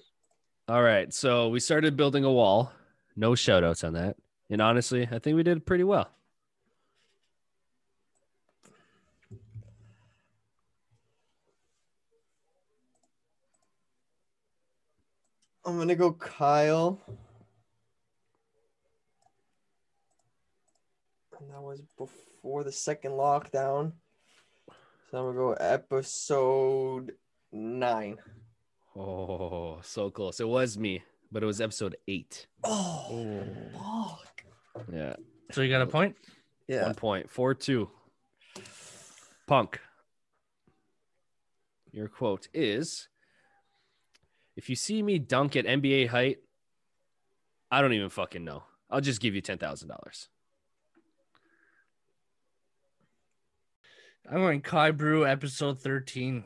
[SPEAKER 3] All right. So we started building a wall. No shout outs on that. And honestly, I think we did pretty well.
[SPEAKER 1] I'm gonna go Kyle. And that was before the second lockdown. So I'm gonna go episode nine.
[SPEAKER 3] Oh, so close. It was me, but it was episode eight.
[SPEAKER 1] Oh,
[SPEAKER 2] Oh.
[SPEAKER 1] fuck.
[SPEAKER 3] Yeah.
[SPEAKER 2] So you got a point?
[SPEAKER 1] Yeah.
[SPEAKER 3] One point four two. Punk. Your quote is if you see me dunk at NBA height, I don't even fucking know. I'll just give you ten thousand dollars.
[SPEAKER 2] I'm going Kai Brew, episode 13.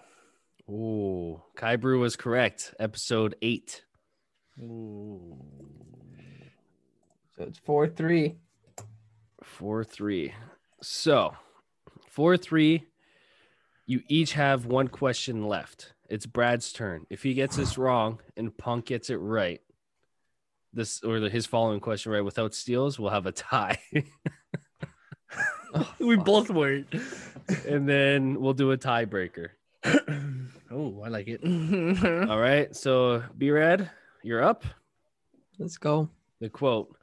[SPEAKER 3] Ooh. Kai Brew was correct. Episode eight.
[SPEAKER 2] Ooh.
[SPEAKER 1] So it's four three.
[SPEAKER 3] Four three. So four three. You each have one question left. It's Brad's turn. If he gets this wrong and Punk gets it right, this or the, his following question right without steals, we'll have a tie.
[SPEAKER 2] We
[SPEAKER 1] Oh,
[SPEAKER 2] both weren't.
[SPEAKER 3] and then we'll do a tiebreaker.
[SPEAKER 2] oh, I like it.
[SPEAKER 3] All right. So B Rad, you're up.
[SPEAKER 1] Let's go.
[SPEAKER 3] The quote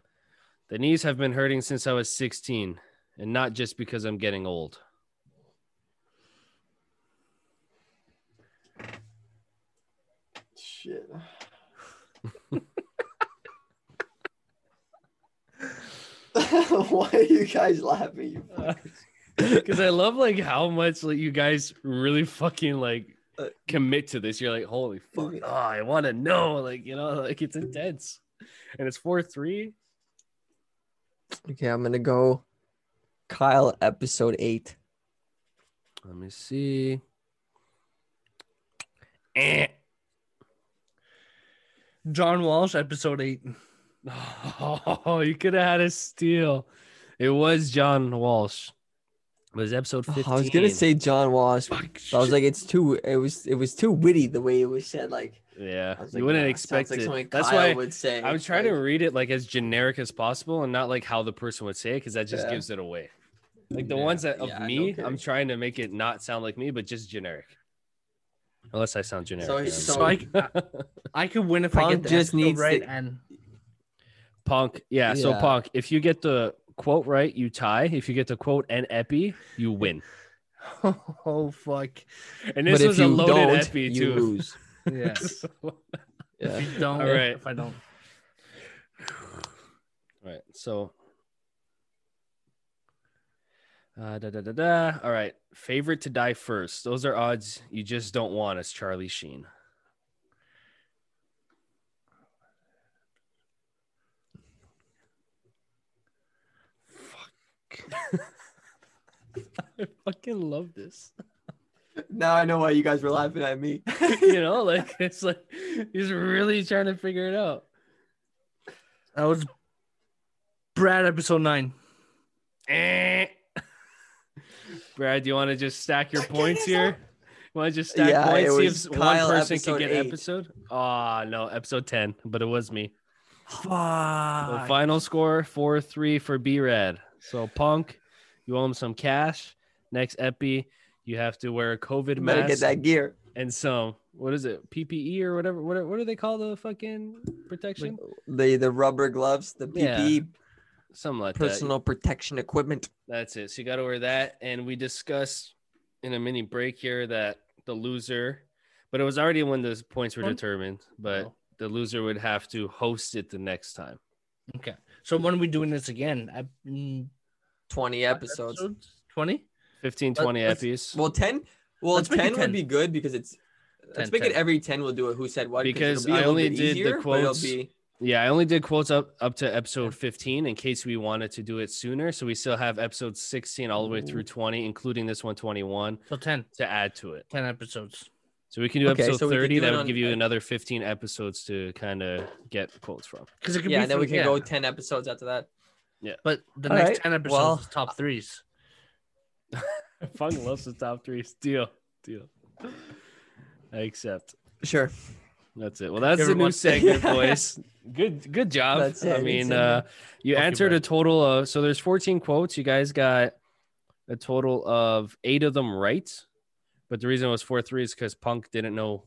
[SPEAKER 3] The knees have been hurting since I was 16, and not just because I'm getting old.
[SPEAKER 1] Shit. Why are you guys laughing? You fuckers?
[SPEAKER 3] Because I love like how much like you guys really fucking like
[SPEAKER 1] Uh,
[SPEAKER 3] commit to this. You're like, holy fuck, oh, I want to know. Like, you know, like it's intense. And it's 4 3.
[SPEAKER 1] Okay, I'm gonna go Kyle episode eight.
[SPEAKER 3] Let me see. Eh.
[SPEAKER 2] John Walsh, episode 8.
[SPEAKER 3] Oh, you could have had a steal. It was John Walsh. It was episode 15.
[SPEAKER 1] Oh, I was gonna say John Walsh. but I was like, it's too. It was. It was too witty the way it was said. Like
[SPEAKER 3] yeah,
[SPEAKER 1] I was
[SPEAKER 3] you
[SPEAKER 1] like,
[SPEAKER 3] wouldn't
[SPEAKER 1] nah,
[SPEAKER 3] expect
[SPEAKER 1] sounds like
[SPEAKER 3] it.
[SPEAKER 1] something
[SPEAKER 3] That's
[SPEAKER 1] Kyle
[SPEAKER 3] why
[SPEAKER 1] would say.
[SPEAKER 3] I was trying to
[SPEAKER 1] Like,
[SPEAKER 3] read it like as generic as possible and not like how the person would say it because that just
[SPEAKER 1] Yeah.
[SPEAKER 3] gives it away. Like the
[SPEAKER 2] Yeah.
[SPEAKER 3] ones that of
[SPEAKER 1] Yeah, no
[SPEAKER 3] me, I'm
[SPEAKER 1] kidding.
[SPEAKER 3] trying to make it not sound like me, but just generic. Unless I sound generic.
[SPEAKER 1] So-
[SPEAKER 3] then.
[SPEAKER 2] So I, I could win if I
[SPEAKER 1] Punk
[SPEAKER 2] get the
[SPEAKER 1] just
[SPEAKER 2] episode
[SPEAKER 1] needs to-
[SPEAKER 2] right and
[SPEAKER 3] Punk, yeah, So
[SPEAKER 1] Yeah.
[SPEAKER 3] Punk, if you get the quote right, you tie. If you get the quote and epi, you win.
[SPEAKER 2] oh fuck
[SPEAKER 3] And
[SPEAKER 1] but
[SPEAKER 3] this
[SPEAKER 1] if
[SPEAKER 3] was a
[SPEAKER 1] you
[SPEAKER 3] loaded
[SPEAKER 1] don't,
[SPEAKER 3] epi
[SPEAKER 1] you
[SPEAKER 3] too.
[SPEAKER 1] lose.
[SPEAKER 2] yeah
[SPEAKER 3] All
[SPEAKER 1] Yeah.
[SPEAKER 2] if you don't
[SPEAKER 3] All right.
[SPEAKER 2] if I don't
[SPEAKER 3] right. So. Uh, da, da, da, da. All right. Favorite to die first. Those are odds you just don't want as Charlie Sheen. I fucking love this.
[SPEAKER 1] now I know why you guys were laughing at me.
[SPEAKER 3] you know, like it's like he's really trying to figure it out.
[SPEAKER 2] that was Brad episode nine
[SPEAKER 3] Eh. Brad, do you want to just stack your points here? You want to just stack
[SPEAKER 1] Yeah,
[SPEAKER 3] points?
[SPEAKER 1] it
[SPEAKER 3] See
[SPEAKER 1] was
[SPEAKER 3] if
[SPEAKER 1] Kyle,
[SPEAKER 3] one person
[SPEAKER 1] episode
[SPEAKER 3] can get
[SPEAKER 1] eight.
[SPEAKER 3] episode. Ah, no, episode ten, but it was me. The
[SPEAKER 2] fuck
[SPEAKER 3] final score four three for B Rad. So Punk, you owe him some cash. Next epi, you have to wear a COVID
[SPEAKER 1] You better
[SPEAKER 3] mask
[SPEAKER 1] get that gear.
[SPEAKER 3] and some what is it PPE or whatever. What are- what do they call the fucking protection?
[SPEAKER 1] The the rubber gloves, the
[SPEAKER 3] Yeah.
[SPEAKER 1] PPE,
[SPEAKER 3] Something like that.
[SPEAKER 1] personal protection equipment.
[SPEAKER 3] That's it. So you got to wear that. And we discussed in a mini break here that the loser, but it was already when the points were
[SPEAKER 2] Hmm.
[SPEAKER 3] determined, but
[SPEAKER 2] Oh.
[SPEAKER 3] the loser would have to host it the next time.
[SPEAKER 2] okay so when are we doing this again Ep- mm,
[SPEAKER 1] Twenty episodes.
[SPEAKER 2] episodes 20
[SPEAKER 3] 15,
[SPEAKER 2] Let-
[SPEAKER 3] 20
[SPEAKER 2] let's-
[SPEAKER 3] episodes.
[SPEAKER 1] Well, ten. Well,
[SPEAKER 2] Let's make it
[SPEAKER 1] ten would
[SPEAKER 2] 10.
[SPEAKER 1] be good because it's. Let's
[SPEAKER 2] 10,
[SPEAKER 1] make
[SPEAKER 2] 10.
[SPEAKER 1] it every ten. We'll do it. Who said what?
[SPEAKER 3] Because
[SPEAKER 1] it'll be a
[SPEAKER 3] I
[SPEAKER 1] little
[SPEAKER 3] only
[SPEAKER 1] bit
[SPEAKER 3] did the
[SPEAKER 1] easier, but it'll
[SPEAKER 3] quotes
[SPEAKER 1] be-
[SPEAKER 3] Yeah, I only did quotes up up to episode 15 in case we wanted to do it sooner. So we still have episode 16 all the way through 20, including this one 21
[SPEAKER 2] So 10,
[SPEAKER 3] to add to it.
[SPEAKER 2] 10 episodes.
[SPEAKER 3] So we can do
[SPEAKER 1] Okay,
[SPEAKER 3] episode
[SPEAKER 1] so we can
[SPEAKER 3] 30.
[SPEAKER 1] do
[SPEAKER 3] That
[SPEAKER 1] it
[SPEAKER 3] would
[SPEAKER 1] on-
[SPEAKER 3] give you another 15 episodes to kind of get quotes from.
[SPEAKER 2] Because it could
[SPEAKER 1] Yeah,
[SPEAKER 2] be
[SPEAKER 1] and then
[SPEAKER 2] from-
[SPEAKER 1] we can
[SPEAKER 2] yeah,
[SPEAKER 1] go ten episodes after that.
[SPEAKER 2] But the
[SPEAKER 1] All
[SPEAKER 2] next
[SPEAKER 1] right,
[SPEAKER 2] 10 episodes
[SPEAKER 1] well-
[SPEAKER 2] is top threes.
[SPEAKER 3] Fung loves the top three. Deal. Deal. I accept.
[SPEAKER 1] Sure.
[SPEAKER 3] That's it. Well, that's the
[SPEAKER 2] Everyone-
[SPEAKER 3] new segment,
[SPEAKER 1] Yeah.
[SPEAKER 3] boys. Good, good job.
[SPEAKER 1] That's it.
[SPEAKER 3] I
[SPEAKER 1] Good
[SPEAKER 3] mean, uh,
[SPEAKER 1] segment.
[SPEAKER 3] you
[SPEAKER 2] Fuck you,
[SPEAKER 3] answered a
[SPEAKER 2] Brad.
[SPEAKER 3] total of so there's 14 quotes. You guys got a total of eight of them right, but the reason it was four three is because Punk didn't know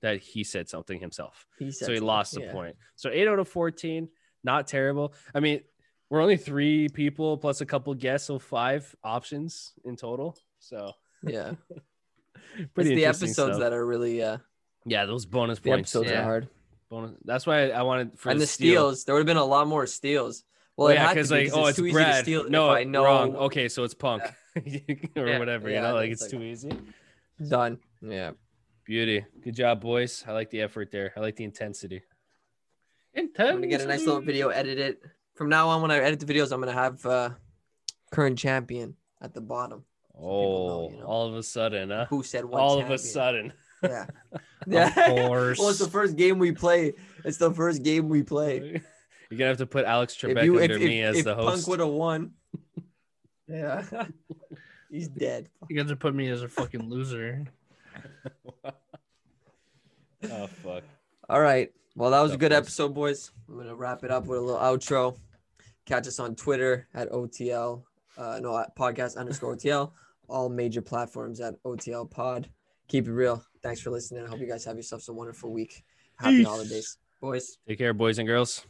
[SPEAKER 3] that he said something himself,
[SPEAKER 1] He
[SPEAKER 3] so
[SPEAKER 1] said
[SPEAKER 3] he
[SPEAKER 1] so.
[SPEAKER 3] lost the
[SPEAKER 1] Yeah.
[SPEAKER 3] point. So eight out of 14, not terrible. I mean, we're only three people plus a couple guests, so five options in total. So
[SPEAKER 1] Yeah. It's
[SPEAKER 3] pretty
[SPEAKER 1] the
[SPEAKER 3] interesting
[SPEAKER 1] episodes
[SPEAKER 3] stuff.
[SPEAKER 1] that are really uh
[SPEAKER 3] yeah, those bonus
[SPEAKER 1] the
[SPEAKER 3] points.
[SPEAKER 1] episodes
[SPEAKER 2] yeah.
[SPEAKER 1] are hard.
[SPEAKER 3] Bonus. That's why I wanted for
[SPEAKER 1] and the
[SPEAKER 3] steal.
[SPEAKER 1] steals, there would have been a lot more steals. Well,
[SPEAKER 3] Well,
[SPEAKER 1] it
[SPEAKER 3] yeah,
[SPEAKER 1] had to
[SPEAKER 3] because
[SPEAKER 1] be
[SPEAKER 3] like, oh, it's
[SPEAKER 1] too easy to
[SPEAKER 3] Brad.
[SPEAKER 1] steal.
[SPEAKER 3] no,
[SPEAKER 1] if I know,
[SPEAKER 3] wrong. Okay, so it's Punk or
[SPEAKER 2] Yeah.
[SPEAKER 3] whatever.
[SPEAKER 1] Yeah,
[SPEAKER 3] you know,
[SPEAKER 1] I
[SPEAKER 3] like
[SPEAKER 1] know,
[SPEAKER 3] it's,
[SPEAKER 1] it's
[SPEAKER 3] too easy.
[SPEAKER 1] done. Yeah.
[SPEAKER 3] Beauty. Good job, boys. I like the effort there. I like the intensity.
[SPEAKER 1] I'm gonna get a nice little video edited. From now on, when I edit the videos, I'm gonna have uh, current champion at the bottom.
[SPEAKER 3] Oh,
[SPEAKER 1] know, you know.
[SPEAKER 3] all of a sudden, huh?
[SPEAKER 1] Who said what?
[SPEAKER 3] All of
[SPEAKER 1] champion.
[SPEAKER 3] a sudden.
[SPEAKER 1] Yeah.
[SPEAKER 2] Of
[SPEAKER 1] yeah.
[SPEAKER 2] course.
[SPEAKER 1] well, it's the first game we play. It's the first game we play.
[SPEAKER 3] You're gonna have to put Alex Trebek
[SPEAKER 1] If you, if,
[SPEAKER 3] under
[SPEAKER 1] if,
[SPEAKER 3] me as
[SPEAKER 1] if
[SPEAKER 3] the host.
[SPEAKER 1] Punk would have won, yeah, he's dead.
[SPEAKER 2] you guys are putting me as a fucking loser.
[SPEAKER 3] oh fuck.
[SPEAKER 1] All right. Well, that was a
[SPEAKER 3] Tough
[SPEAKER 1] good
[SPEAKER 3] boys.
[SPEAKER 1] episode, boys. I'm gonna wrap it up with a little outro. Catch us on Twitter at OTL, uh, no at podcast underscore OTL. All major platforms at OTL Pod. Keep it real. Thanks for listening. I hope you guys have yourselves a wonderful week. Happy
[SPEAKER 2] Peace.
[SPEAKER 1] holidays, boys.
[SPEAKER 3] Take care, boys and girls.